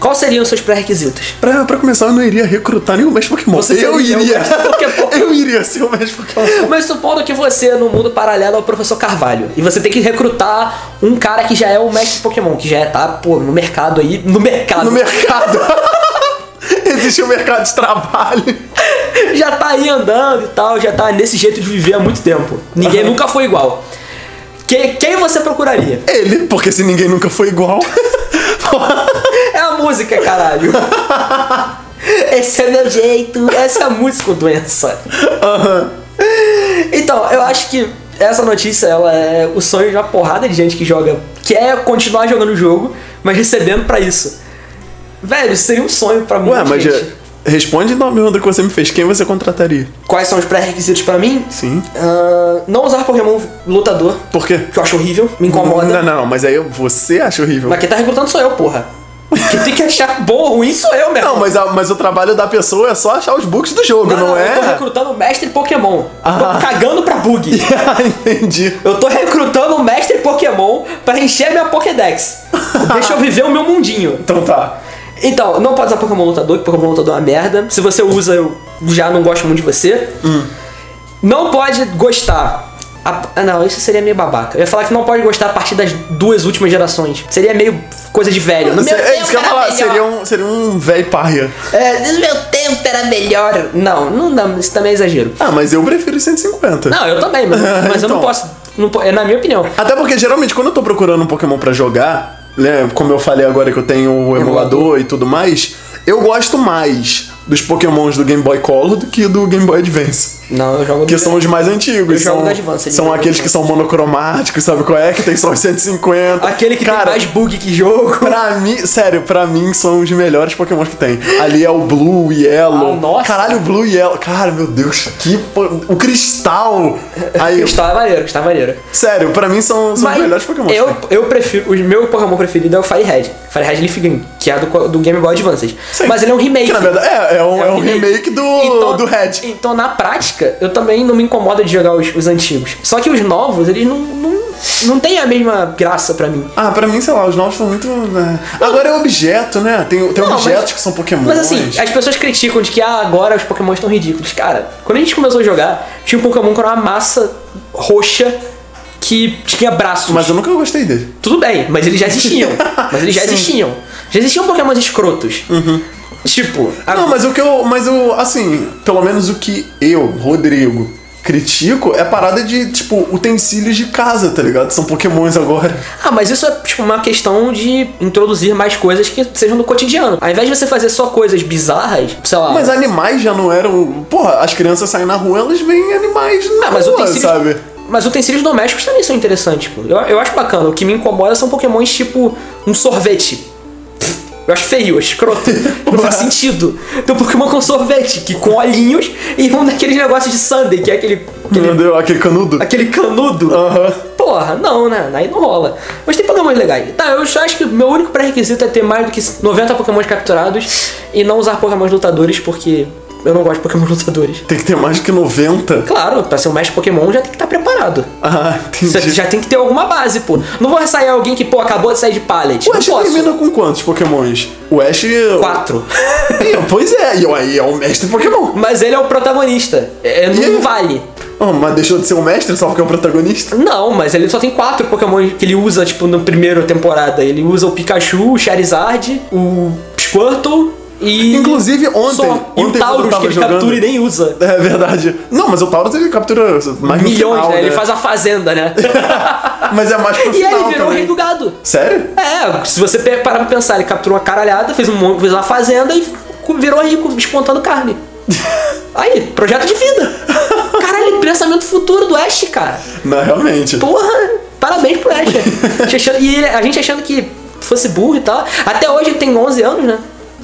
Quais seriam os seus pré-requisitos? Pra, pra começar, eu não iria recrutar nenhum mestre Pokémon. Você eu seria o iria. mestre Pokémon. eu iria ser o mestre Pokémon. Mas supondo que você é no mundo paralelo ao professor Carvalho e você tem que recrutar um cara que já é o mestre Pokémon, que já é, tá, pô, no mercado aí, no mercado. No mercado. Existe o mercado de trabalho. já tá aí andando e tal, já tá nesse jeito de viver há muito tempo. Ninguém nunca foi igual. Que- quem você procuraria? Ele, porque se ninguém nunca foi igual. É a música, caralho. Esse é meu jeito. Essa é a música com doença. Então, eu acho que essa notícia ela é o sonho de uma porrada de gente que joga, quer continuar jogando o jogo, mas recebendo pra isso. Velho, isso seria um sonho pra muita Ué, mas gente. é, responde então a pergunta que você me fez. Quem você contrataria? Quais são os pré-requisitos pra mim? Sim. Ah, não usar Pokémon lutador, Por quê? que eu acho horrível, me incomoda. Não, não, não, mas aí você acha horrível. Mas quem tá recrutando sou eu, porra. Quem tem que achar bom ou ruim sou eu mesmo. Não, mas, a- mas o trabalho da pessoa é só achar os bugs do jogo, não, Eu tô é? recrutando o mestre Pokémon. Ah. Tô cagando pra bug. Ah, Entendi. Eu tô recrutando o mestre Pokémon pra encher minha Pokédex. Deixa eu viver o meu mundinho. Então tá. Então, não pode usar Pokémon lutador, que Pokémon lutador é uma merda. Se você usa, eu já não gosto muito de você. Hum. Não pode gostar. a- ah, não, isso seria meio babaca. Eu ia falar que não pode gostar a partir das duas últimas gerações. Seria meio coisa de velho. Meu Cê- é isso que eu ia Deus, falar, era seria melhor. um, seria um velho parria. É, meu tempo era melhor. Não, não, dá- isso também é exagero. Ah, mas eu prefiro 150. Não, eu também, mas, mas Então. eu não posso. não po- é na minha opinião. Até porque geralmente quando eu tô procurando um Pokémon pra jogar, né, como eu falei agora que eu tenho o emulador e tudo mais, eu gosto mais dos Pokémons do Game Boy Color do que do Game Boy Advance. Não, eu jogo Que são os mais antigos. Eu jogo são, do Advance, ele são joga aqueles do que são monocromáticos, sabe qual é? Que tem só os 150. Aquele que Cara, tem mais bug que jogo. Pra mim, sério, pra mim são os melhores Pokémon que tem. Ali é o Blue, o Yellow. Ah, nossa. Caralho, o Blue e Yellow. Cara, meu Deus, que. po- O cristal. Aí, Cristal é maneiro, cristal é maneiro. sério, pra mim são, são os melhores Pokémon. que eu, tem. eu prefiro. O meu Pokémon preferido é o Firehead. Firehead Leaf Green, que é do, co- do Game Boy Advance. Sim. Mas ele é um remake. Que na verdade é, é um, é um remake do, Então- do Red. Então, na prática, eu também não me incomodo de jogar os, os antigos. Só que os novos, eles não, não, não têm a mesma graça pra mim. Ah, pra mim, sei lá, os novos são muito. né? Agora é objeto, né? Tem, tem Não, mas- objetos que são Pokémon. Mas assim, as pessoas criticam de que ah, agora os Pokémon estão ridículos. Cara, quando a gente começou a jogar, tinha um Pokémon que era uma massa roxa que tinha braços. Mas eu nunca gostei dele. Tudo bem, mas eles já existiam. mas eles já Sim. Uhum. existiam. Já existiam Pokémon escrotos. Tipo, a- Não, mas o que eu. Mas eu, assim, pelo menos o que eu, Rodrigo, critico é a parada de, tipo, utensílios de casa, tá ligado? São pokémons agora. ah, mas isso é tipo, uma questão de introduzir mais coisas que sejam do cotidiano. Ao invés de você fazer só coisas bizarras, sei lá. Mas animais já não eram. Porra, as crianças saem na rua, elas veem animais na Ah, mas rua, utensílios, sabe? mas utensílios domésticos também são interessantes, pô. Eu, eu acho bacana. O que me incomoda são pokémons tipo um sorvete. Eu acho feio, escroto. Não faz sentido. Tem um Pokémon com sorvete, que com olhinhos e um daqueles negócios de sundae, que é aquele, Meu aquele, Deus, aquele canudo. aquele canudo. Aham. Porra, não, né? Aí não rola. Mas tem pokémons legais. Tá, eu só acho que o meu único pré-requisito é ter mais do que 90 pokémons capturados e não usar pokémons lutadores, porque eu não gosto de pokémons lutadores. Tem que ter mais que 90. Claro, pra ser um mestre pokémon já tem que estar preparado. Ah, entendi. Você já tem que ter alguma base, pô. Não vou sair alguém que, pô, acabou de sair de pallet. O não Ash posso. termina com quantos pokémons? O Ash. Quatro. Ih, pois é, e aí é o mestre Pokémon. Mas ele é o protagonista. É, não ele? vale. Ah, mas deixou de ser o mestre só porque é o protagonista? Não, mas ele só tem quatro Pokémon que ele usa, tipo, na primeira temporada. Ele usa o Pikachu, o Charizard, o Squirtle e. Inclusive, ontem- Só. E ontem, o quando eu Taurus, tava que ele jogando- captura e nem usa. É verdade. Não, mas o Taurus ele captura mais no Milhões, final, né? Ele faz a fazenda, né? Mas é mais pro e aí final ele virou o também. rei do gado. Sério? É, se você pe- parar pra pensar, ele capturou uma caralhada, fez, um, mon- fez uma fazenda e cu- virou rico espontando carne. Aí, projeto de vida. Caralho, pensamento futuro do Ash, cara. Não, realmente. Porra, parabéns pro Ash. A gente achando- e ele- a gente achando que fosse burro e tal. Até hoje ele tem 11 anos, né?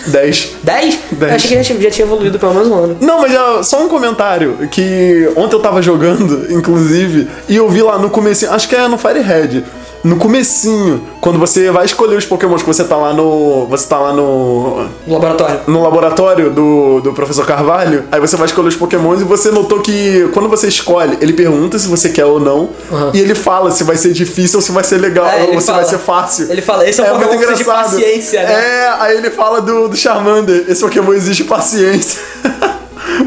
10. 10? Dez. Eu achei que já tinha, já tinha evoluído pelo menos um ano. Não, mas ah, só um comentário, que ontem eu tava jogando, inclusive, e eu vi lá no comecinho, acho que é no Firehead, no comecinho, quando você vai escolher os pokémons que você tá lá no... você tá lá no... No laboratório. no laboratório do, do professor Carvalho, aí você vai escolher os pokémons e você notou que quando você escolhe, ele pergunta se você quer ou não, e ele fala se vai ser difícil ou se vai ser legal, É, ele ou se fala. vai ser fácil. Ele fala, "Esse é um muito Pokémon que exige engraçado. paciência, né? É, aí ele fala do, do Charmander, esse Pokémon exige paciência.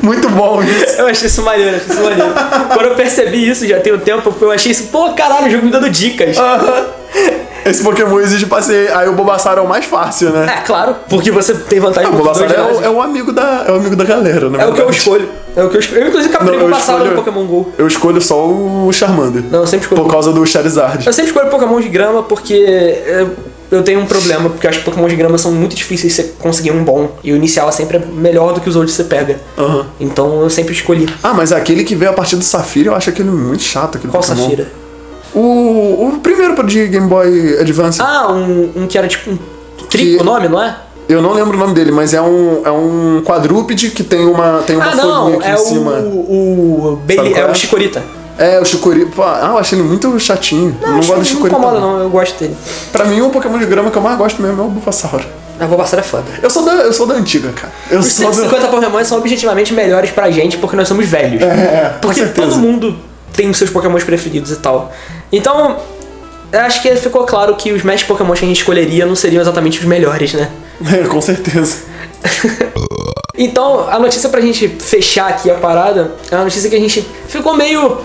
muito bom isso. Eu achei isso maneiro, achei isso maneiro. Quando eu percebi isso já tem um tempo, eu achei isso, pô, caralho, o jogo me dando dicas. Esse Pokémon exige paciência. Aí o Bulbasaur é o mais fácil, né? É, claro, porque você tem vantagem O por Bulbasaur dois é o, lados. é o amigo da, é o amigo da galera, né? É o que eu escolho. É o que eu escolho. Eu, inclusive, capturei Não, eu meu passado escolho- no Pokémon GO. Eu escolho só o Charmander. Não, eu sempre escolho. Por causa do Charizard. Eu sempre escolho Pokémon de grama porque é, eu tenho um problema, porque eu acho que Pokémon de grama são muito difíceis de você conseguir um bom. E o inicial é sempre melhor do que os outros que você pega. Aham. Então eu sempre escolhi. Ah, mas aquele que veio a partir do Safira, eu acho aquele muito chato. Aquele Qual Pokémon. Safira? O, o primeiro de Game Boy Advance. Ah, um, um que era tipo um trico Que- o nome, não é? Eu não lembro o nome dele, mas é um, é um quadrúpede que tem uma, tem uma Ah, folhinha não, aqui é em cima. o, o Sabe Bailey, qual é é? o Chikorita. É, o Chicori. Pô, Ah, eu achei ele muito chatinho. Não, acho gosto do que Chicori. Não incomoda, não, eu gosto dele. Pra mim, o Pokémon de grama que eu mais gosto mesmo é o Bulbasaur. A Bulbasaur é foda. Eu sou da, eu sou da antiga, cara. Eu Os sou da... 150 Pokémon são objetivamente melhores pra gente porque nós somos velhos. É, com porque certeza. todo mundo tem os seus Pokémons preferidos e tal. Então, eu acho que ficou claro que os mais Pokémons que a gente escolheria não seriam exatamente os melhores, né? É, com certeza. Então, a notícia pra gente fechar aqui a parada é uma notícia que a gente ficou meio.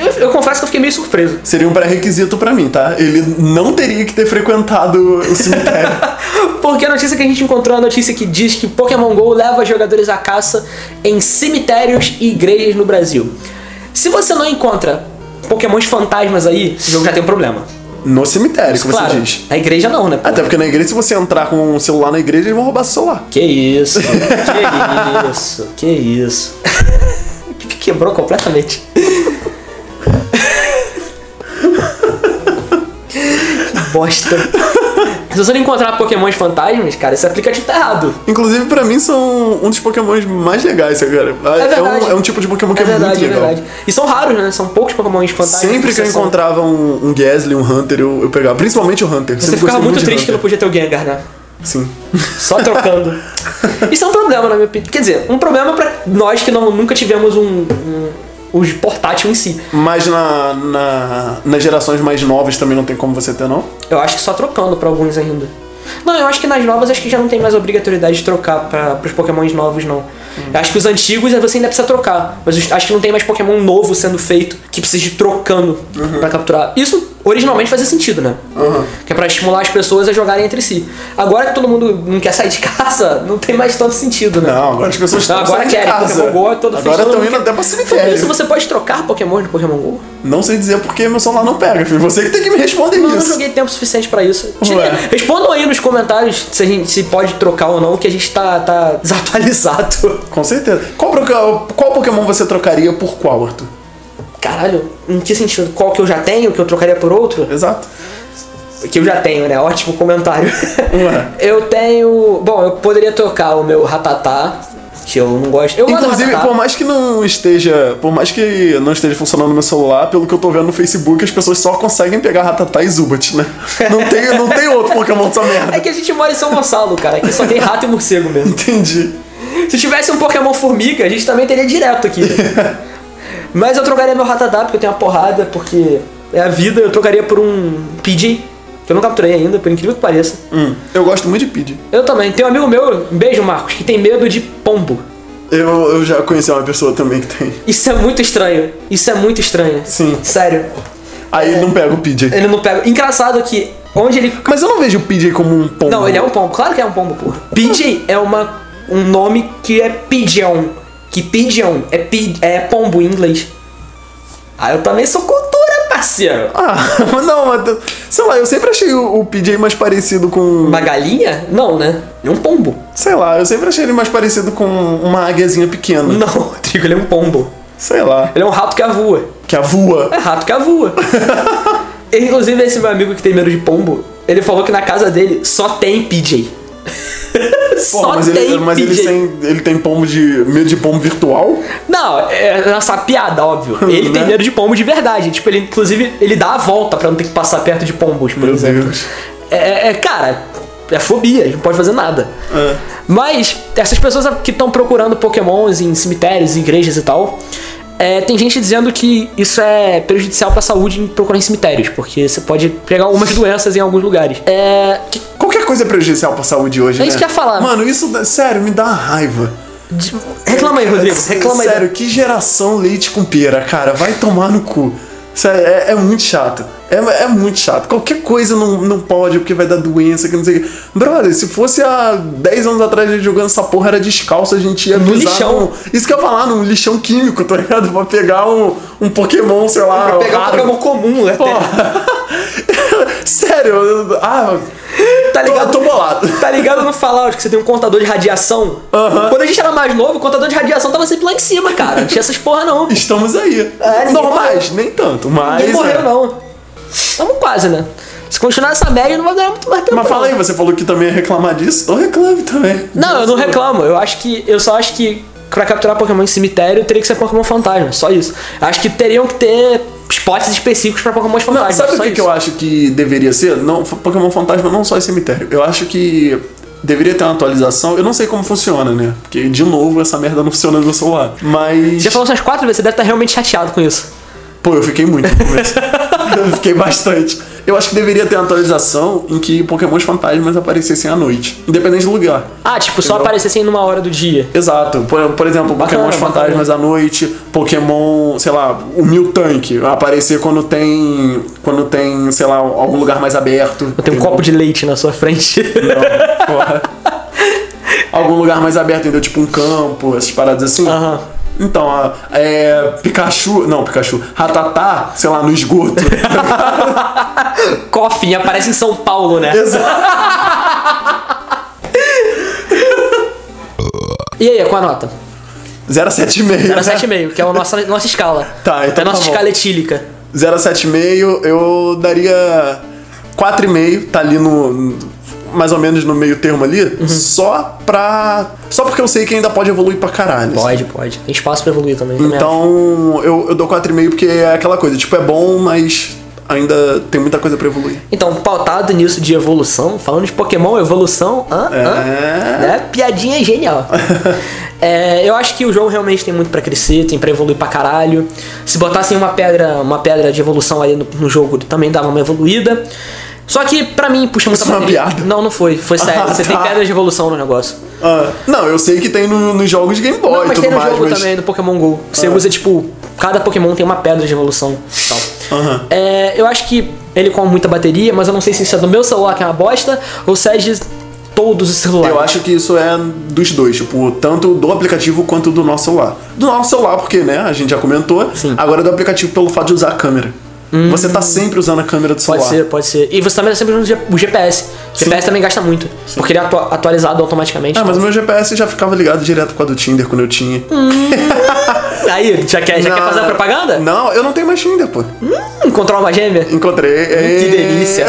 Eu, eu confesso que eu fiquei meio surpreso. Seria um pré-requisito pra mim, tá? Ele não teria que ter frequentado o cemitério. Porque a notícia que a gente encontrou é a notícia que diz que Pokémon GO leva jogadores à caça em cemitérios e igrejas no Brasil. Se você não encontra Pokémons fantasmas aí, esse jogo já tem um problema. no cemitério, que claro, você diz. na igreja não, né? pô? Até porque na igreja, se você entrar com um celular na igreja, eles vão roubar seu celular. Que isso, que isso, que isso. Que Quebrou completamente. que bosta. Se você não encontrar pokémons fantasmas, cara, esse aplicativo tá errado. Inclusive, pra mim, são um dos pokémons mais legais, cara. É, verdade. um, é um tipo de pokémon que é, muito legal. E são raros, né? São poucos pokémons fantasmas. Sempre que eu são- encontrava um, um Gasly, um Hunter, eu, eu pegava. Principalmente o Hunter. Você Sempre ficava gostei muito de triste que não Hunter. podia ter o Gengar, né? Sim. Só trocando. Isso é um problema, na minha opinião. Quer dizer, um problema pra nós que não, nunca tivemos um, um, os portátil em si. Mas na, na- nas gerações mais novas também não tem como você ter, não? Eu acho que só trocando pra alguns ainda. Não, eu acho que nas novas acho que já não tem mais obrigatoriedade de trocar para os pokémons novos, não. Hum. Eu acho que os antigos você ainda precisa trocar. Mas os- acho que não tem mais pokémon novo sendo feito que precisa de trocando Uhum. pra capturar. Isso originalmente fazia sentido, né? Que é pra estimular as pessoas a jogarem entre si. Agora que todo mundo não quer sair de casa, não tem mais tanto sentido, né? Não, agora as pessoas estão Não, agora saindo de querem. casa. Pokémon Go é todo agora festival, estão não indo quer- até pra Por cemitério. isso você pode trocar pokémon no Pokémon GO? Não sei dizer porque meu celular não pega, filho. Você que tem que me responder Eu não isso. joguei tempo suficiente pra isso. Tira- Ué. Respondam aí nos comentários se a gente se pode trocar ou não, que a gente tá, tá desatualizado. Com certeza. Qual, proca- qual Pokémon você trocaria por qual, Arthur? Caralho, em que sentido? Qual que eu já tenho, que eu trocaria por outro? Exato. Que eu já tenho, né? Ótimo comentário. Ué. Eu tenho. Bom, eu poderia trocar o meu ratatá, que eu não gosto. Eu gosto do Inclusive, Ratatá. por mais que não esteja. Por mais que não esteja funcionando meu celular, pelo que eu tô vendo no Facebook, as pessoas só conseguem pegar Ratatá e Zubat, né? Não tem, não tem outro Pokémon dessa É merda. que a gente mora em São Gonçalo, cara. Aqui só tem rato e morcego mesmo. Entendi. Se tivesse um Pokémon formiga, a gente também teria direto aqui. né? Mas eu trocaria meu Ratatá, porque eu tenho uma porrada, porque é a vida. Eu trocaria por um PJ, que eu não capturei ainda, por incrível que pareça. Hum, eu gosto muito de Pidgey. Eu também. Tem um amigo meu, um beijo Marcos, que tem medo de pombo. Eu, eu já conheci uma pessoa também que tem. Isso é muito estranho. Isso é muito estranho. Sim. Sério. Aí não pega o Pidgey. É. Ele não pega. Engraçado que onde ele. Mas eu não vejo o Pidgey como um pombo. Não, ele é um pombo. Claro que é um pombo, porra. PJ é uma, um nome que é pigeon. Que pigeon é, pi, é pombo em inglês. Ah, eu também sou cultura, parceiro. Ah, mas não, mas. Sei lá, eu sempre achei o, o Pidgey mais parecido com. Uma galinha? Não, né? Ele é um pombo. Sei lá, eu sempre achei ele mais parecido com uma águiazinha pequena. Não, Trigo, ele é um pombo. Sei lá. Ele é um rato que avua. Que a voa. É rato que avua. Inclusive, esse meu amigo que tem medo de pombo, ele falou que na casa dele só tem PJ. Pô, Só mas tem ele, mas ele, PJ. tem, ele tem pombo de. medo de pombo virtual? Não, é essa piada, óbvio. Ele tem Né? medo de pombo de verdade. Tipo, ele inclusive ele dá a volta pra não ter que passar perto de pombos, por Meu exemplo. Deus. É, é- cara, é fobia, a gente não pode fazer nada. É. Ah. Mas essas pessoas que estão procurando pokémons em cemitérios, em igrejas e tal, é, tem gente dizendo que isso é prejudicial pra saúde em procurar em cemitérios, porque você pode pegar algumas doenças em alguns lugares. É, que- Qualquer coisa é prejudicial pra saúde hoje, É né? isso que eu ia falar. Mano, isso, dá- sério, me dá uma raiva. reclama aí, Rodrigo, reclama aí. Sério, que geração leite com pera, cara. Vai tomar no cu. Sério, é, é muito chato. É, é muito chato. Qualquer coisa não, não pode, porque vai dar doença, que não sei o que. Brother, se fosse há 10 anos atrás a gente jogando essa porra, era descalço, a gente ia No pisar lixão. num- isso que eu ia falar, num lixão químico, tá ligado? Pra pegar um, um Pokémon, sei lá. Pra pegar um raro. Pokémon comum, né? até. Sério, eu- ah, Tá ligado? Tô, tô bolado. Tá ligado no Fallout que você tem um contador de radiação? Aham. Quando a gente era mais novo, o contador de radiação tava sempre lá em cima, cara. Não tinha essas porra, não. Estamos aí. É, ninguém Normais, nem tanto, mas. Ninguém morreu, é. não. Estamos quase, né? Se continuar essa média, não vai ganhar muito mais tempo. Mas fala aí, não. você falou que também ia reclamar disso? Eu reclame também. Não, eu não reclamo. Eu acho que. Eu só acho que pra capturar Pokémon em cemitério teria que ser Pokémon fantasma. Só isso. Acho que teriam que ter spots específicos pra Pokémon fantasma. Não, sabe o só que, que isso. eu acho que deveria ser? Não, f- Pokémon Fantasma não só é cemitério. Eu acho que deveria ter uma atualização. Eu não sei como funciona, né? Porque, de novo, essa merda não funciona no meu celular. Mas. Você já falou isso umas quatro vezes, você deve estar realmente chateado com isso. Pô, eu fiquei muito no começo. eu fiquei bastante. Eu acho que deveria ter uma atualização em que Pokémons fantasmas aparecessem à noite, independente do lugar. Ah, tipo, só Entendeu? aparecessem numa hora do dia. Exato. Por, por exemplo, Bacana, Pokémons fantasmas à noite, Pokémon, sei lá, o Miltank aparecer quando tem, quando tem, sei lá, algum lugar mais aberto. Tem um copo de leite na sua frente. Porra. algum lugar mais aberto, entendeu? Tipo um campo, essas paradas assim. Aham. Então, a- é, Pikachu, não, Pikachu, Ratatá, sei lá, no esgoto. Coffin aparece em São Paulo, né? Exato. E aí, qual a nota? 0,75. Era 7,5, que é a nossa, nossa escala. Tá, então É a nossa tá bom. escala etílica. 0,75, eu daria 4,5, tá ali no. Mais ou menos no meio termo ali, Uhum. só pra. Só porque eu sei que ainda pode evoluir pra caralho. assim. Pode, pode. Tem espaço pra evoluir também. né, também acho. Então, eu, eu dou 4,5 porque é aquela coisa, tipo, é bom, mas ainda tem muita coisa pra evoluir. Então, pautado nisso de evolução, falando de Pokémon, evolução, hã? É. hã? Né? Piadinha genial. É, eu acho que o jogo realmente tem muito pra crescer, tem pra evoluir pra caralho. Se botassem uma pedra, uma pedra de evolução ali no, no jogo, também dava uma evoluída. Só que pra mim puxa muita Isso é uma bateria. piada? Não, não foi. Foi sério. Ah, Você tá. tem pedra de evolução no negócio. Ah, não, eu sei que tem no- nos jogos de Game Boy Não, e mas tudo tem no mais, jogo mas. Ah. também, no Pokémon GO. Você usa, tipo, cada Pokémon tem uma pedra de evolução e tal. Aham. É, eu acho que ele come muita bateria, mas eu não sei se isso é do meu celular que é uma bosta ou se é de todos os celulares. Eu acho que isso é dos dois, tipo, tanto do aplicativo quanto do nosso celular. Do nosso celular, porque, né, a gente já comentou. Agora do aplicativo pelo fato de usar a câmera. Você tá sempre usando a câmera do celular. Hum. Pode ser, pode ser. E você também tá sempre usando o G- o GPS. O GPS também gasta muito, porque ele é atua- atualizado automaticamente. Ah, mas o meu GPS já ficava ligado direto com a do Tinder quando eu tinha. Aí, já Hum, quer, já quer Não, fazer a propaganda? Não, eu não tenho mais Tinder, pô. Encontrar uma gêmea? Encontrei. Hum, Que delícia.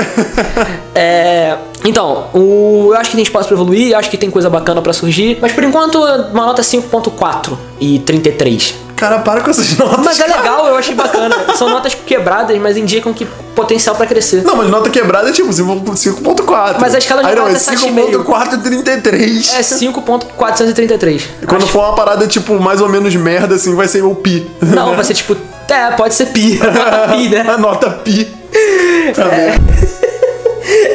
É, então, o- eu acho que tem espaço pra evoluir, eu acho que tem coisa bacana pra surgir, mas por enquanto, uma nota 5.4 e 33. Cara, para com essas notas. Mas é legal, eu achei bacana. São notas quebradas, mas indicam que potencial pra crescer. Não, mas nota quebrada é tipo 5.4. Mas a escala de Aí não, nota é é 7,5. 5.433. É 5.433. Quando for uma parada, tipo, mais ou menos merda, assim, vai ser o pi. Não, vai ser tipo, é, pode ser pi. pi, né? A nota pi. Tá vendo?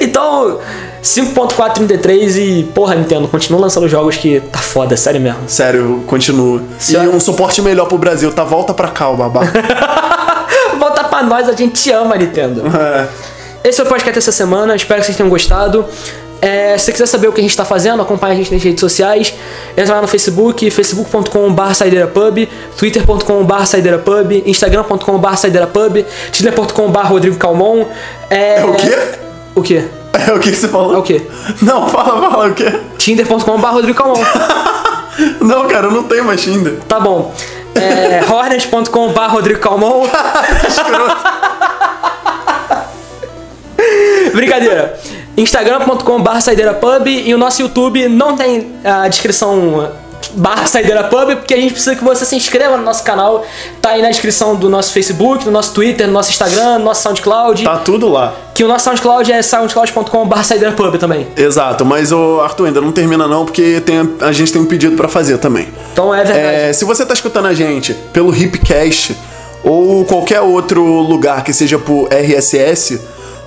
Então, 5.433 e, porra, Nintendo, continua lançando jogos que tá foda, sério mesmo. Sério, continua. Sério. E um suporte melhor pro Brasil, tá? Volta pra cá, o babá. Volta pra nós, a gente te ama, Nintendo. É. Esse foi o podcast dessa semana, espero que vocês tenham gostado. É, se você quiser saber o que a gente está fazendo, acompanha a gente nas redes sociais. Entra lá no Facebook, facebook.com.br saideirapub, twitter.com.br saideirapub, instagram.com.br saideirapub, tinder.com.br rodrigo calmon. É, o quê? O quê? É o que você falou? É o quê? Não, fala, fala, o quê? tinder.com.br rodrigo calmon. Não, cara, eu não tenho mais Tinder. Tá bom. É, hornet.com.br rodrigo calmon. Brincadeira. instagram.com.br saideirapub e o nosso YouTube não tem a descrição barra saideira pub, porque a gente precisa que você se inscreva no nosso canal. Tá aí na descrição do nosso Facebook, do nosso Twitter, do nosso Instagram, do nosso SoundCloud. Tá tudo lá. Que o nosso SoundCloud é soundcloud.com.br saideira pub também. Exato, mas o Arthur ainda não termina não, porque tem, a gente tem um pedido pra fazer também. Então é verdade. É, se você tá escutando a gente pelo Hipcast ou qualquer outro lugar que seja por RSS,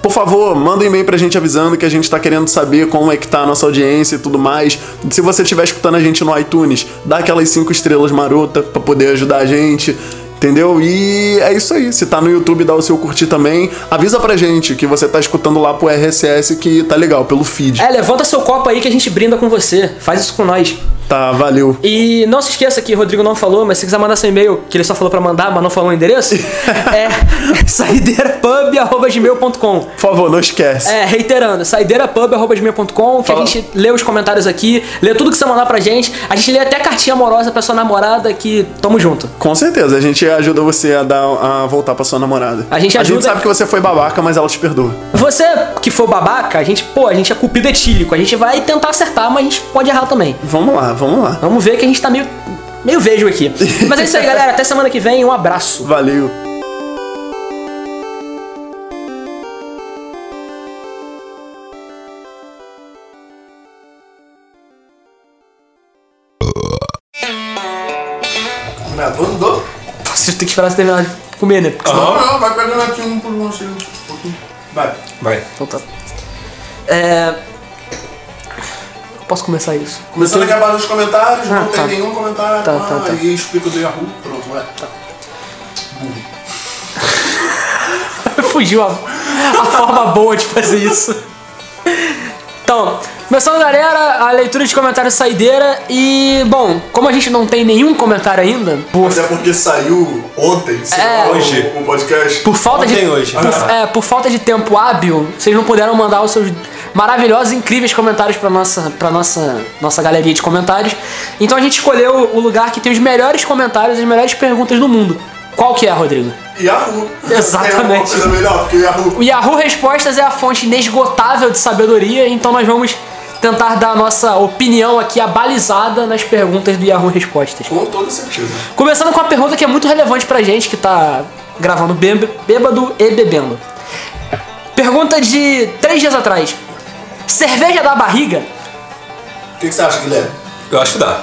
por favor, manda um e-mail pra gente avisando que a gente tá querendo saber como é que tá a nossa audiência e tudo mais. Se você estiver escutando a gente no iTunes, dá aquelas cinco estrelas marota pra poder ajudar a gente. Entendeu? E é isso aí. Se tá no YouTube, dá o seu curtir também. Avisa pra gente que você tá escutando lá pro RSS que tá legal, pelo feed. É, levanta seu copo aí que a gente brinda com você. Faz isso com nós. Tá, valeu. E não se esqueça que o Rodrigo não falou, mas se quiser mandar seu e-mail, que ele só falou pra mandar, mas não falou o endereço, é saideirapub.gmail.com. Por favor, não esquece. É, reiterando, saideirapub.gmail.com, que Fala. a gente lê os comentários aqui, lê tudo que você mandar pra gente. A gente lê até cartinha amorosa pra sua namorada que tamo junto. Com certeza, a gente ajuda você a, dar, a voltar pra sua namorada. A gente ajuda- sabe que você foi babaca, mas ela te perdoa. Você que for babaca, a gente, pô, a gente é cupido etílico. A gente vai tentar acertar, mas a gente pode errar também. Vamos lá, vamos lá. Vamos ver que a gente tá meio, meio vejo aqui. Mas é isso aí, galera. Até semana que vem. Um abraço. Valeu. Gravando? Você tem que esperar você terminar de comer, né? Porque senão- Não, não, vai pegando aqui um por um, assim, um pouquinho. Vai. Vai. Então tá. É. Posso começar isso? Começando aqui abaixo nos comentários, não Ah, tem tá. nenhum comentário. Tá, ah, tá, tá. Aí explica do Yahoo, pronto, vai. Fugiu a, a forma boa de fazer isso. Então, começando, galera, a leitura de comentários saideira. E, bom, como a gente não tem nenhum comentário ainda, por, Até porque saiu ontem, sei lá, É. hoje, o podcast. por falta de. Ontem, hoje. Por, é, por falta de tempo hábil, vocês não puderam mandar os seus maravilhosos, incríveis comentários pra nossa, pra nossa, nossa galeria de comentários. Então a gente escolheu o lugar que tem os melhores comentários e as melhores perguntas do mundo. Qual que é, Rodrigo? Yahoo. Exatamente. Tem alguma coisa melhor que o Yahoo. O Yahoo Respostas é a fonte inesgotável de sabedoria, então nós vamos tentar dar a nossa opinião aqui abalizada nas perguntas do Yahoo Respostas. Com toda certeza. Começando com uma pergunta que é muito relevante pra gente que tá gravando bê- bêbado e bebendo. Pergunta de três dias atrás. Cerveja dá barriga? O que, que você acha, Guilherme? Eu acho que dá.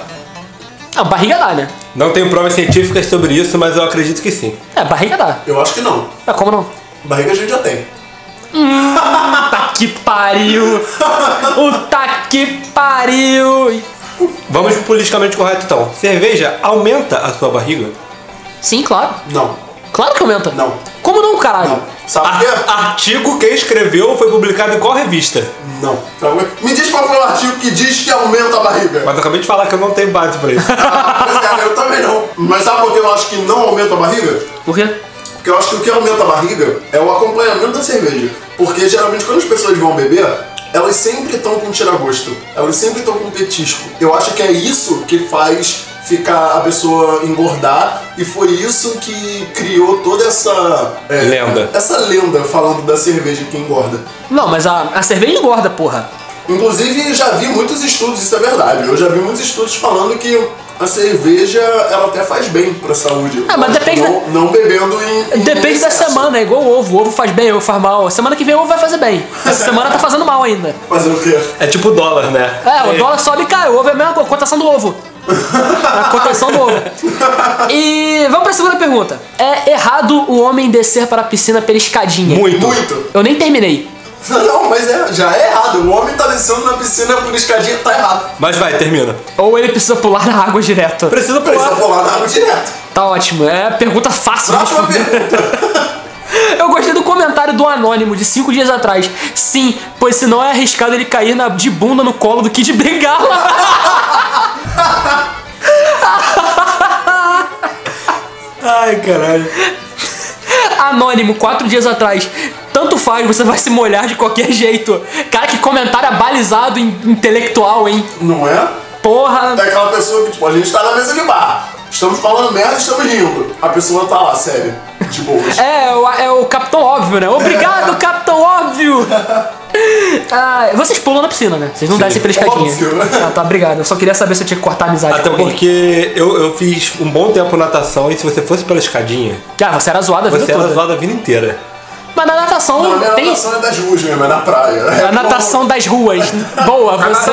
Ah, barriga dá, né? Não tenho provas científicas sobre isso, mas eu acredito que sim. É, barriga dá. Eu acho que não. Ah, como não? Barriga a gente já tem. Tá que pariu! O tá que pariu! Vamos pro politicamente correto então. Cerveja aumenta a sua barriga? Sim, claro. Não. Claro que aumenta. Não. Como não, caralho? Não. Sabe por quê? A- artigo que escreveu foi publicado em qual revista? Não. Sabe por quê? Me diz qual foi o artigo que diz que aumenta a barriga. Mas eu acabei de falar que eu não tenho base pra isso. Pois é, eu também não. Mas sabe por que eu acho que não aumenta a barriga? Por quê? Porque eu acho que o que aumenta a barriga é o acompanhamento da cerveja. Porque geralmente quando as pessoas vão beber, elas sempre estão com tiragosto. Elas sempre estão com petisco. Eu acho que é isso que faz ficar a pessoa engordar e foi isso que criou toda essa é, Lenda. Essa lenda falando da cerveja que engorda. Não, mas a, a cerveja engorda, porra. Inclusive, já vi muitos estudos, isso é verdade. Eu já vi muitos estudos falando que a cerveja, ela até faz bem pra saúde. Ah, mas depende Não, não bebendo em. em Depende da excesso. semana, é igual o ovo. O ovo faz bem, o ovo faz mal. Semana que vem o ovo vai fazer bem. Essa semana tá fazendo mal ainda. Fazer o quê? É tipo dólar, né? É, o dólar sobe e cai. O ovo é a mesma coisa. Cotação do ovo. A cotação do ovo. E vamos pra segunda pergunta. É errado o homem descer para a piscina pela escadinha? Muito. Muito. Eu nem terminei. Não, não, mas é, já é errado. O homem tá descendo na piscina por escadinha, tá errado. Mas vai, termina. Ou ele precisa pular na água direto. tá Precisa Precisa pular. pular na água direto. Tá ótimo. É pergunta fácil. de Próxima responder. pergunta. Eu gostei do comentário do Anônimo de cinco dias atrás. Sim, pois senão é arriscado ele cair na- de bunda no colo do Kid Bengala. Ai, caralho. Anônimo, quatro dias atrás. Tanto faz, você vai se molhar de qualquer jeito. Cara, que comentário abalizado in- intelectual, hein? Não é? É Porra. aquela pessoa que, tipo, a gente tá na mesa de bar. Estamos falando merda, estamos rindo. A pessoa tá lá, sério. de boas. É, o- é o Capitão Óbvio, né? Obrigado, Capitão Óbvio! Ah, vocês pulam na piscina, né? Vocês não descem pela escadinha. óbvio, né? Ah, tá, obrigado. Eu só queria saber se eu tinha que cortar a amizade Até com alguém. porque eu, eu fiz um bom tempo natação e se você fosse pela escadinha, Ah, você era zoado a vida você toda. era zoado a vida inteira. Mas na natação Não, a minha tem... natação é das ruas mesmo, é na praia. A natação das ruas. Boa, você...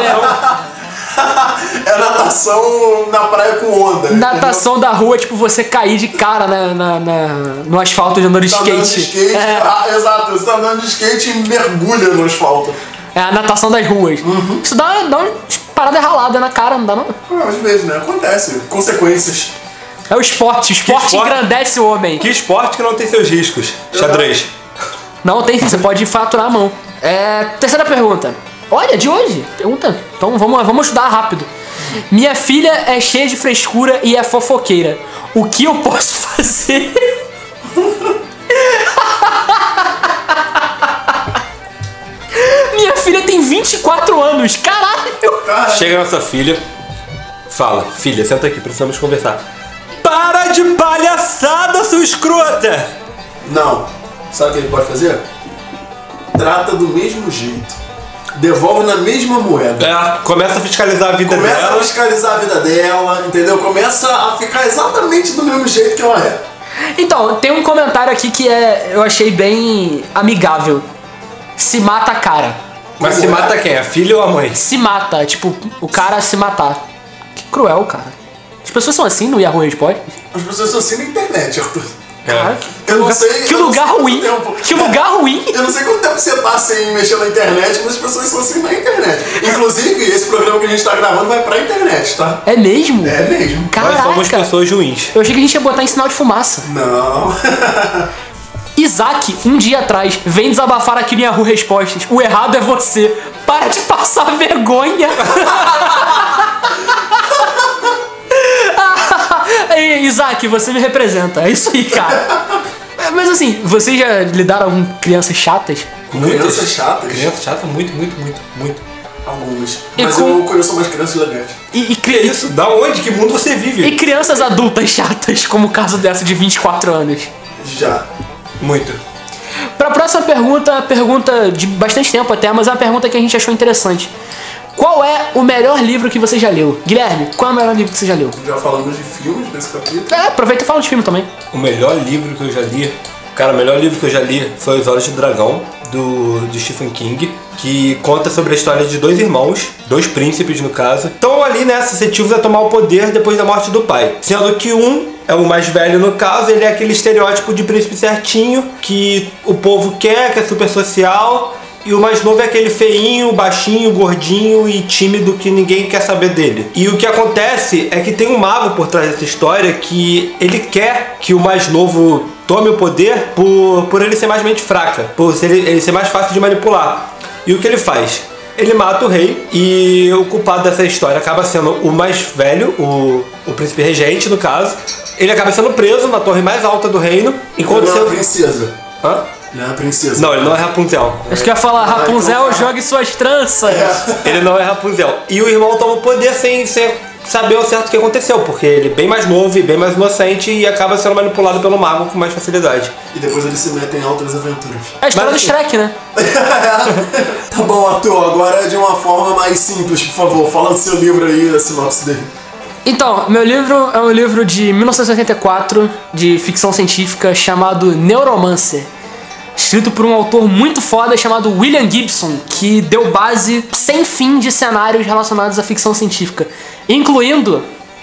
É natação na praia com onda. Natação da rua, tipo, você cair de cara na, na- na- no asfalto de andando de Tá skate. andando de skate, É. ah, exato, você tá andando de skate e mergulha no asfalto. É a natação das ruas. Uhum. Isso dá, dá uma parada ralada na cara, não dá não? Ah, às vezes, né? Acontece. Consequências. É o esporte, o esporte, esporte? engrandece o homem. Que esporte que não tem seus riscos? Xadrez. Não tem, você pode faturar a mão. É, terceira pergunta. Olha, de hoje. Pergunta. Então vamos, vamos ajudar rápido. Minha filha é cheia de frescura e é fofoqueira. O que eu posso fazer? Minha filha tem 24 anos, caralho! Chega na sua filha, fala, filha, senta aqui, precisamos conversar. Para de palhaçada, sua escrota! Não. Sabe o que ele pode fazer? Trata do mesmo jeito. Devolve na mesma moeda. É, começa a fiscalizar a vida Começa a dela. fiscalizar a vida dela, entendeu? Começa a ficar exatamente do mesmo jeito que ela é. Então, tem um comentário aqui que é, eu achei bem amigável. Se mata a cara. Mas se mata quem? A filha ou a mãe? se mata, tipo, o cara se matar. Que cruel, cara. As pessoas são assim no Yahoo Responde? As pessoas são assim na internet, Arthur. Cara, É. que, Eu não sei. que eu não lugar sei quanto ruim. tempo- Que lugar ruim. Eu não sei quanto tempo você tá sem mexer na internet, mas as pessoas são assim na internet. Inclusive, esse programa que a gente tá gravando vai pra internet, tá? É mesmo? É mesmo. Nós Caraca. somos pessoas ruins. Eu achei que a gente ia botar em sinal de fumaça. Não. Isaac, um dia atrás, vem desabafar aqui no Yahoo Respostas. O errado é você. Para de passar vergonha. Ei, Isaac, você me representa. É isso aí, cara. É, Mas assim, vocês já lidaram com crianças chatas? Crianças chatas? Crianças chatas, muito, muito, muito, muito. Algumas. E Mas com- eu conheço mais crianças legais. E, e Que cri- isso? Da onde? Que mundo você e vive? crianças adultas chatas, como o caso dessa de 24 anos. Já. Muito. Pra próxima pergunta, é pergunta de bastante tempo até, mas é uma pergunta que a gente achou interessante. Qual é o melhor livro que você já leu? Guilherme, qual é o melhor livro que você já leu? Já falamos de filmes nesse capítulo. É, aproveita e fala de filme também. O melhor livro que eu já li. Cara, o melhor livro que eu já li foi Os Olhos do Dragão, do, do Stephen King, que conta sobre a história de dois irmãos, dois príncipes no caso, estão ali, né, suscetíveis a tomar o poder depois da morte do pai. Sendo que um é o mais velho no caso, ele é aquele estereótipo de príncipe certinho, que o povo quer, que é super social, e o mais novo é aquele feinho, baixinho, gordinho e tímido que ninguém quer saber dele. E o que acontece é que tem um mago por trás dessa história que ele quer que o mais novo tome o poder por, por ele ser mais mente fraca, por ser- ele ser mais fácil de manipular. E o que ele faz? Ele mata o rei e o culpado dessa história acaba sendo o mais velho, o, o príncipe regente no caso. Ele acaba sendo preso na torre mais alta do reino, enquanto Ele é uma seu... princesa. Hã? Ele é uma princesa. Não, ele não é Rapunzel. Acho que eu ia falar, Rapunzel, jogue suas tranças. Ele não é Rapunzel. E o irmão toma o poder sem, sem saber ao certo o que aconteceu, porque ele é bem mais novo e bem mais inocente e acaba sendo manipulado pelo mago com mais facilidade. E depois eles se metem em outras aventuras. É a história do Mas- Shrek, né? Tá bom, Arthur, agora de uma forma mais simples, por favor. Fala do seu livro aí, a sinopse dele. Então, meu livro é um livro de 1984, de ficção científica, chamado Neuromancer. Escrito por um autor muito foda chamado William Gibson, que deu base sem fim de cenários relacionados à ficção científica. Incluindo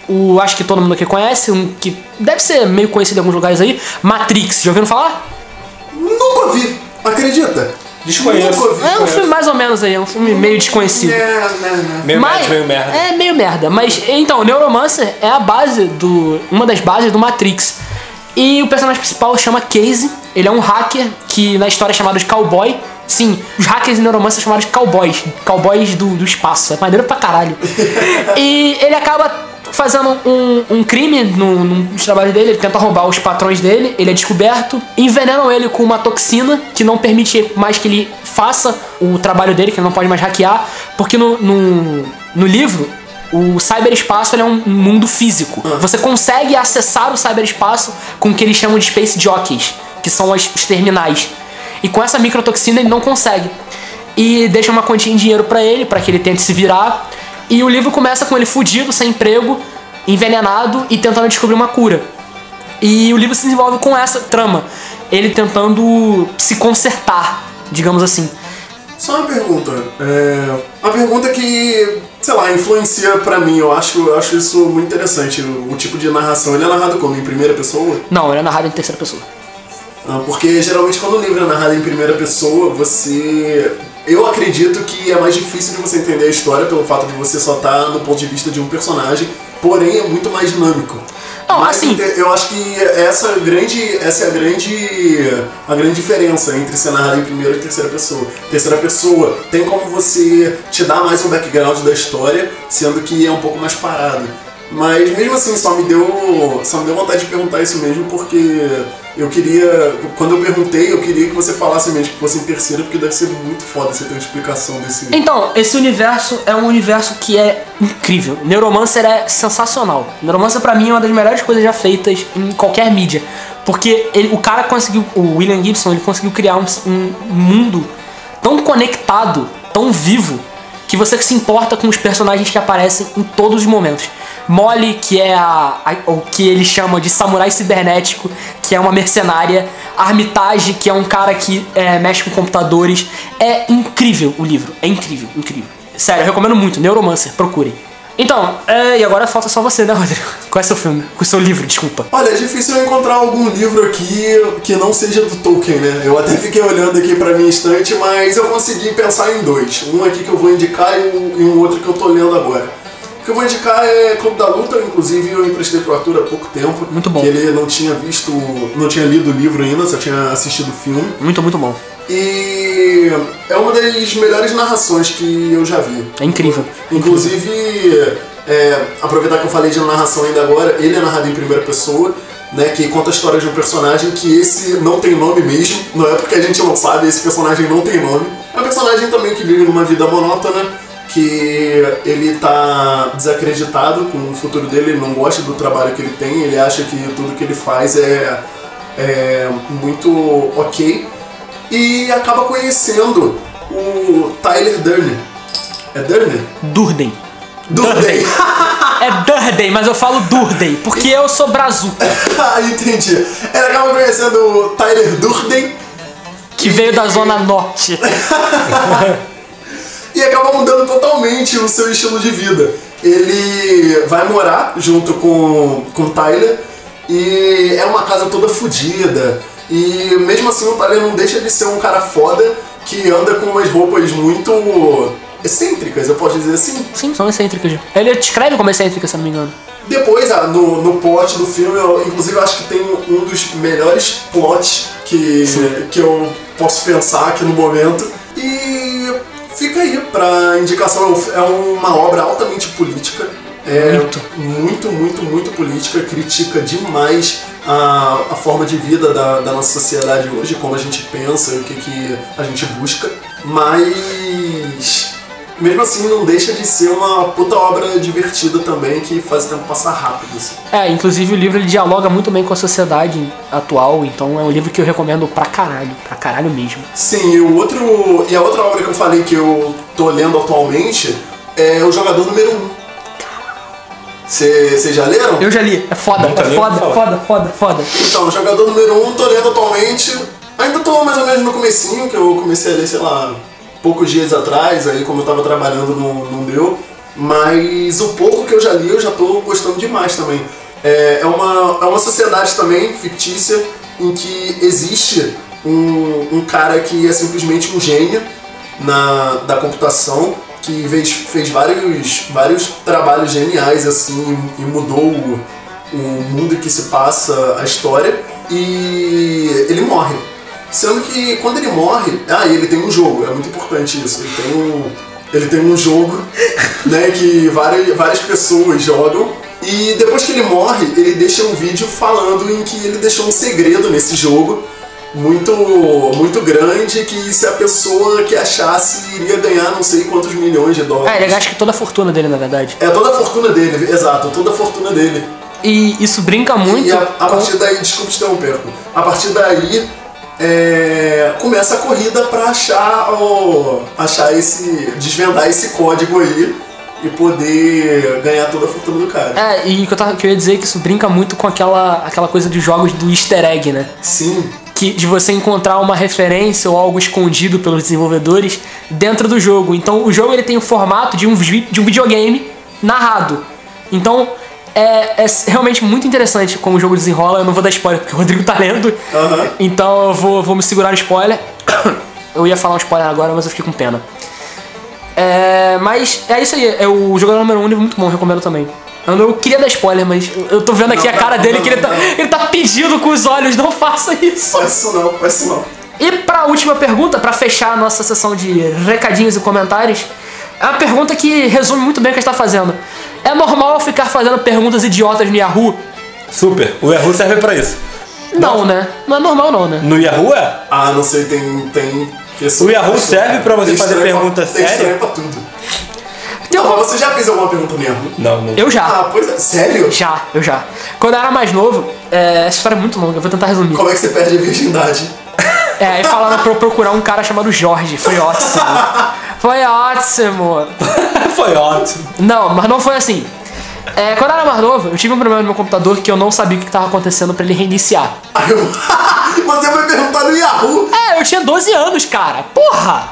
o, acho que todo mundo aqui conhece, um que deve ser meio conhecido em alguns lugares aí, Matrix. Já ouviram falar? Nunca vi, acredita? Desconheço. Nunca vi. É um filme mais ou menos aí, é um filme meio desconhecido. É, né, né. Meio Mas- merda, meio merda. É meio merda. Mas então, Neuromancer é a base do. uma das bases do Matrix. E o personagem principal chama Casey. Ele é um hacker que na história é chamado de cowboy. Sim, os hackers em Neuromancer são chamados de cowboys. Cowboys do, do espaço. É maneiro pra caralho. e ele acaba fazendo um, um crime no, no trabalho dele, ele tenta roubar os patrões dele, ele é descoberto, envenenam ele com uma toxina que não permite mais que ele faça o trabalho dele, que ele não pode mais hackear, porque no, no, no livro O cyberespaço ele é um mundo físico. Você consegue acessar o cyberespaço com o que eles chamam de space jockeys, que são as- os terminais. E com essa microtoxina ele não consegue. E deixa uma quantia em dinheiro pra ele, pra que ele tente se virar. E o livro começa com ele fudido, sem emprego, envenenado e tentando descobrir uma cura. E o livro se desenvolve com essa trama. Ele tentando se consertar, digamos assim. Só uma pergunta. É... Uma pergunta que, sei lá, influencia pra mim. Eu acho, eu acho isso muito interessante. O, o tipo de narração. Ele é narrado como? Em primeira pessoa? Não, ele é narrado em terceira pessoa. Ah, Porque geralmente quando o livro é narrado em primeira pessoa, você. Eu acredito que é mais difícil de você entender a história pelo fato de você só estar no ponto de vista de um personagem, porém é muito mais dinâmico. Não, Mas assim- inte- Eu acho que essa, é a grande, essa é a grande, a grande diferença entre ser narrado em primeira e terceira pessoa. Terceira pessoa tem como você te dar mais um background da história, sendo que é um pouco mais parado. Mas mesmo assim, só me deu, só me deu vontade de perguntar isso mesmo, porque eu queria, quando eu perguntei, eu queria que você falasse mesmo que fosse em terceira, porque deve ser muito foda você ter uma explicação desse. Então, esse universo é um universo que é incrível. Neuromancer é sensacional. Neuromancer pra mim é uma das melhores coisas já feitas em qualquer mídia, porque ele- o cara conseguiu, o William Gibson, ele conseguiu criar um, um mundo tão conectado, tão vivo, que você se importa com os personagens que aparecem em todos os momentos. Molly, que é a, a- o que ele chama de samurai cibernético, que é uma mercenária. Armitage, que é um cara que é, mexe com computadores. É incrível o livro. É incrível, incrível. Sério, eu recomendo muito. Neuromancer, procurem. Então, é, e agora falta só você, né, Rodrigo? Qual é seu filme? Qual é seu livro, desculpa. Olha, é difícil eu encontrar algum livro aqui que não seja do Tolkien, né? Eu até fiquei olhando aqui pra minha estante, mas eu consegui pensar em dois. Um aqui que eu vou indicar e um, e um outro que eu tô lendo agora. O que eu vou indicar é Clube da Luta, inclusive eu emprestei pro Arthur há pouco tempo. Muito bom. Que ele não tinha visto, não tinha lido o livro ainda, só tinha assistido o filme. Muito, muito bom. E é uma das melhores narrações que eu já vi. É incrível. Inclusive, é, aproveitar que eu falei de narração ainda agora, ele é narrado em primeira pessoa, né? Que conta a história de um personagem que esse não tem nome mesmo. Não é porque a gente não sabe, esse personagem não tem nome. É um personagem também que vive numa vida monótona, que ele tá desacreditado com o futuro dele, ele não gosta do trabalho que ele tem, ele acha que tudo que ele faz é, é muito ok. E acaba conhecendo o Tyler Durden. É Durden? Durden. Durden! É Durden, mas eu falo Durden, porque eu sou brazuca, Ah, Entendi. Ela acaba conhecendo o Tyler Durden que veio da Zona Norte. e acaba mudando totalmente o seu estilo de vida. Ele vai morar junto com, com o Tyler e é uma casa toda fodida. E mesmo assim o Tyler não deixa de ser um cara foda que anda com umas roupas muito excêntricas, eu posso dizer assim. Sim, são excêntricas. Ele descreve como excêntrica, se eu não me engano. Depois, ah, no, no plot do filme, eu, inclusive eu acho que tem um dos melhores plots que, que eu posso pensar aqui no momento. E fica aí pra indicação. É uma obra altamente política. É muito. muito, muito, política. Critica demais a, a forma de vida da, da nossa sociedade hoje, como a gente pensa, o que, que a gente busca. Mas mesmo assim, não deixa de ser uma puta obra divertida também, que faz o tempo passar rápido. assim. É, inclusive o livro ele dialoga muito bem com a sociedade atual, então é um livro que eu recomendo pra caralho, pra caralho mesmo. Sim, e, o outro, e a outra obra que eu falei que eu tô lendo atualmente é O Jogador Número 1. Vocês já leram? Eu já li, é foda, é li, foda, fala. foda, foda, foda. Então, O Jogador Número 1 tô lendo atualmente. Ainda tô mais ou menos no comecinho, que eu comecei a ler, sei lá, poucos dias atrás, aí como eu tava trabalhando não, não deu. Mas o pouco que eu já li, eu já tô gostando demais também. É, é, uma, é uma sociedade também fictícia em que existe um, um cara que é simplesmente um gênio, na, da computação que fez, fez vários, vários trabalhos geniais assim e mudou o, o um mundo que se passa a história e ele morre. Sendo que quando ele morre, ah, e ele tem um jogo, é muito importante isso. Ele tem um, ele tem um jogo, né, que várias, várias pessoas jogam. E depois que ele morre, ele deixa um vídeo falando em que ele deixou um segredo nesse jogo muito muito grande que se a pessoa que achasse iria ganhar não sei quantos milhões de dólares. Ah, ele gasta toda a fortuna dele, na verdade. É toda a fortuna dele, exato, toda a fortuna dele. E isso brinca muito. E a, a partir daí, desculpa te interromper, Arthur. a partir daí é, começa a corrida pra achar o, achar esse, desvendar esse código aí e poder ganhar toda a fortuna do cara. É, e o que eu, tava, que eu ia dizer é que isso brinca muito com aquela, aquela coisa de jogos do easter egg, né? Sim, que de você encontrar uma referência ou algo escondido pelos desenvolvedores dentro do jogo. Então o jogo ele tem o formato de um, vi- de um videogame narrado. Então é, é s- realmente muito interessante como o jogo desenrola. Eu não vou dar spoiler porque o Rodrigo tá lendo. Aham. Então eu vou, vou me segurar no spoiler. Eu ia falar um spoiler agora, mas eu fiquei com pena. É, mas é isso aí. É o jogador número 1 um, ele é muito bom, recomendo também. Eu não queria dar spoiler, mas eu- eu tô vendo aqui Não, a cara não, dele não, que ele tá, não. ele tá pedindo com os olhos, não faça isso. faz isso não, faz isso não. E pra última pergunta, pra fechar a nossa sessão de recadinhos e comentários, é uma pergunta que resume muito bem o que a gente tá fazendo. É normal eu ficar fazendo perguntas idiotas no Yahoo? Super. O Yahoo serve pra isso. Não, né? Não é normal não, né? No Yahoo é? Ah, não sei, tem. tem O Yahoo serve pra você Tem fazer estranho pergunta pra, tem estranho séria? pra tudo. Tem Não, algum- mas você já fez alguma pergunta no Yahoo? Não, não. Eu já, Ah, pois é. Sério? já, eu já. Quando eu era mais novo, é, essa história é muito longa, eu vou tentar resumir. Como é que você perde a virgindade? É, aí falaram pra eu procurar um cara chamado Jorge, foi ótimo. Foi ótimo. Foi ótimo. Não, mas não foi assim. É, quando eu era mais novo, eu tive um problema no meu computador que eu não sabia o que que tava acontecendo pra ele reiniciar. Aí eu- você vai perguntar no Yahoo? É, eu tinha 12 anos, cara. Porra!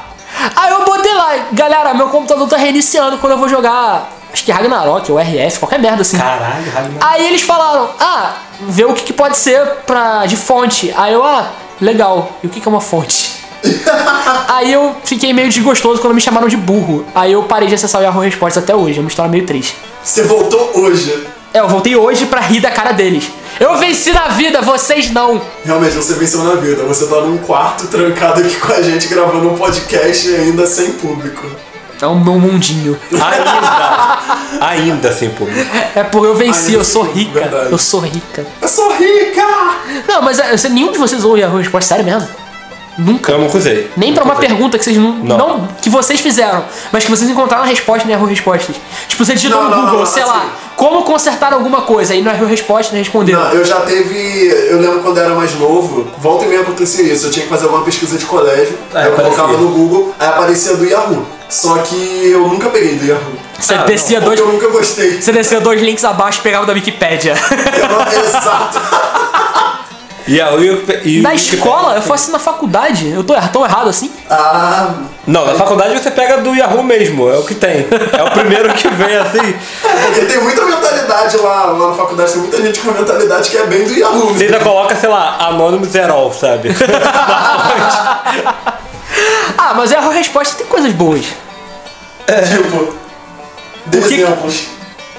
Aí eu botei lá, galera, meu computador tá reiniciando quando eu vou jogar. Acho que Ragnarok ou RF, qualquer merda assim. Caralho, Ragnar. Aí eles falaram, ah, vê o que, que pode ser pra, de fonte. Aí eu, ah, legal. E o que, que é uma fonte? Aí eu fiquei meio desgostoso quando me chamaram de burro. Aí eu parei de acessar o Yahoo Respostas até hoje. É uma história meio triste. Você voltou hoje. É, eu voltei hoje pra rir da cara deles. Eu venci na vida, vocês não. Realmente, você venceu na vida. Você tá num quarto trancado aqui com a gente gravando um podcast e ainda sem público. É o meu mundinho. Ainda. Ainda assim, sem público. É porque eu venci, Ai, eu sou sim, rica. verdade. Eu sou rica. Eu sou rica! Não, mas é, você- nenhum de vocês ouve a resposta sério mesmo? Nunca. Eu não usei. Nem pra uma pergunta que vocês não, Não. não- que vocês fizeram, mas que vocês encontraram a resposta no Erro Respostas. Tipo, você digitou Não, no não, Google, não, sei assim- lá, como consertar alguma coisa, aí no Erro Respostas respondeu. Não, eu já teve. Eu lembro quando eu era mais novo, volta e meia acontecia isso. Eu tinha que fazer alguma pesquisa de colégio, Aí aí eu aparecia. colocava no Google, aí aparecia do Yahoo. Só que eu nunca peguei do Yahoo. Você, Ah, descia Porque É dois, eu nunca gostei. você descia dois links abaixo e pegava da Wikipédia. Eu não- Exato. Yahoo e o- e o- na escola, eu faço na faculdade. Eu tô er- tão errado assim? Ah, Não, na faculdade você pega do Yahoo mesmo. É o que tem. É o primeiro que vem assim. Porque tem muita mentalidade lá, lá na faculdade, tem muita gente com a mentalidade que é bem do Yahoo. Você ainda né? coloca, sei lá, Anonymous Zerol, sabe? Ah, mas Erro Resposta tem coisas boas. Tipo, dois exemplos.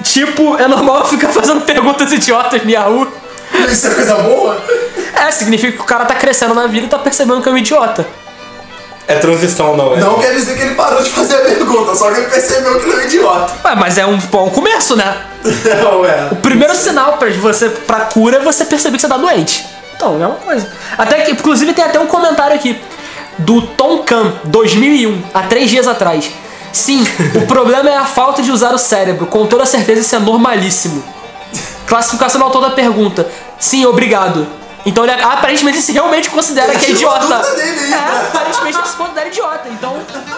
Tipo, é normal eu ficar fazendo perguntas idiotas no Yahoo. Isso é coisa boa? É, significa que o cara tá crescendo na vida e tá percebendo que é um idiota. É transição, não é? Não quer dizer que ele parou de fazer a pergunta, só que ele percebeu que ele é um idiota. Ué, mas é um, pô, um começo, né? Não, é. O primeiro sinal pra você pra cura é você perceber que você tá doente. Então, é uma coisa. Até que, inclusive, tem até um comentário aqui. Do Tom Kahn, 2001, há três dias atrás. Sim, o problema é a falta de usar o cérebro. Com toda certeza isso é normalíssimo. Classificação do autor da pergunta. Sim, obrigado. Então ele aparentemente se realmente considera que é Ele tirou a idiota. dúvida dele ainda. É, aparentemente ele se considera idiota. Então,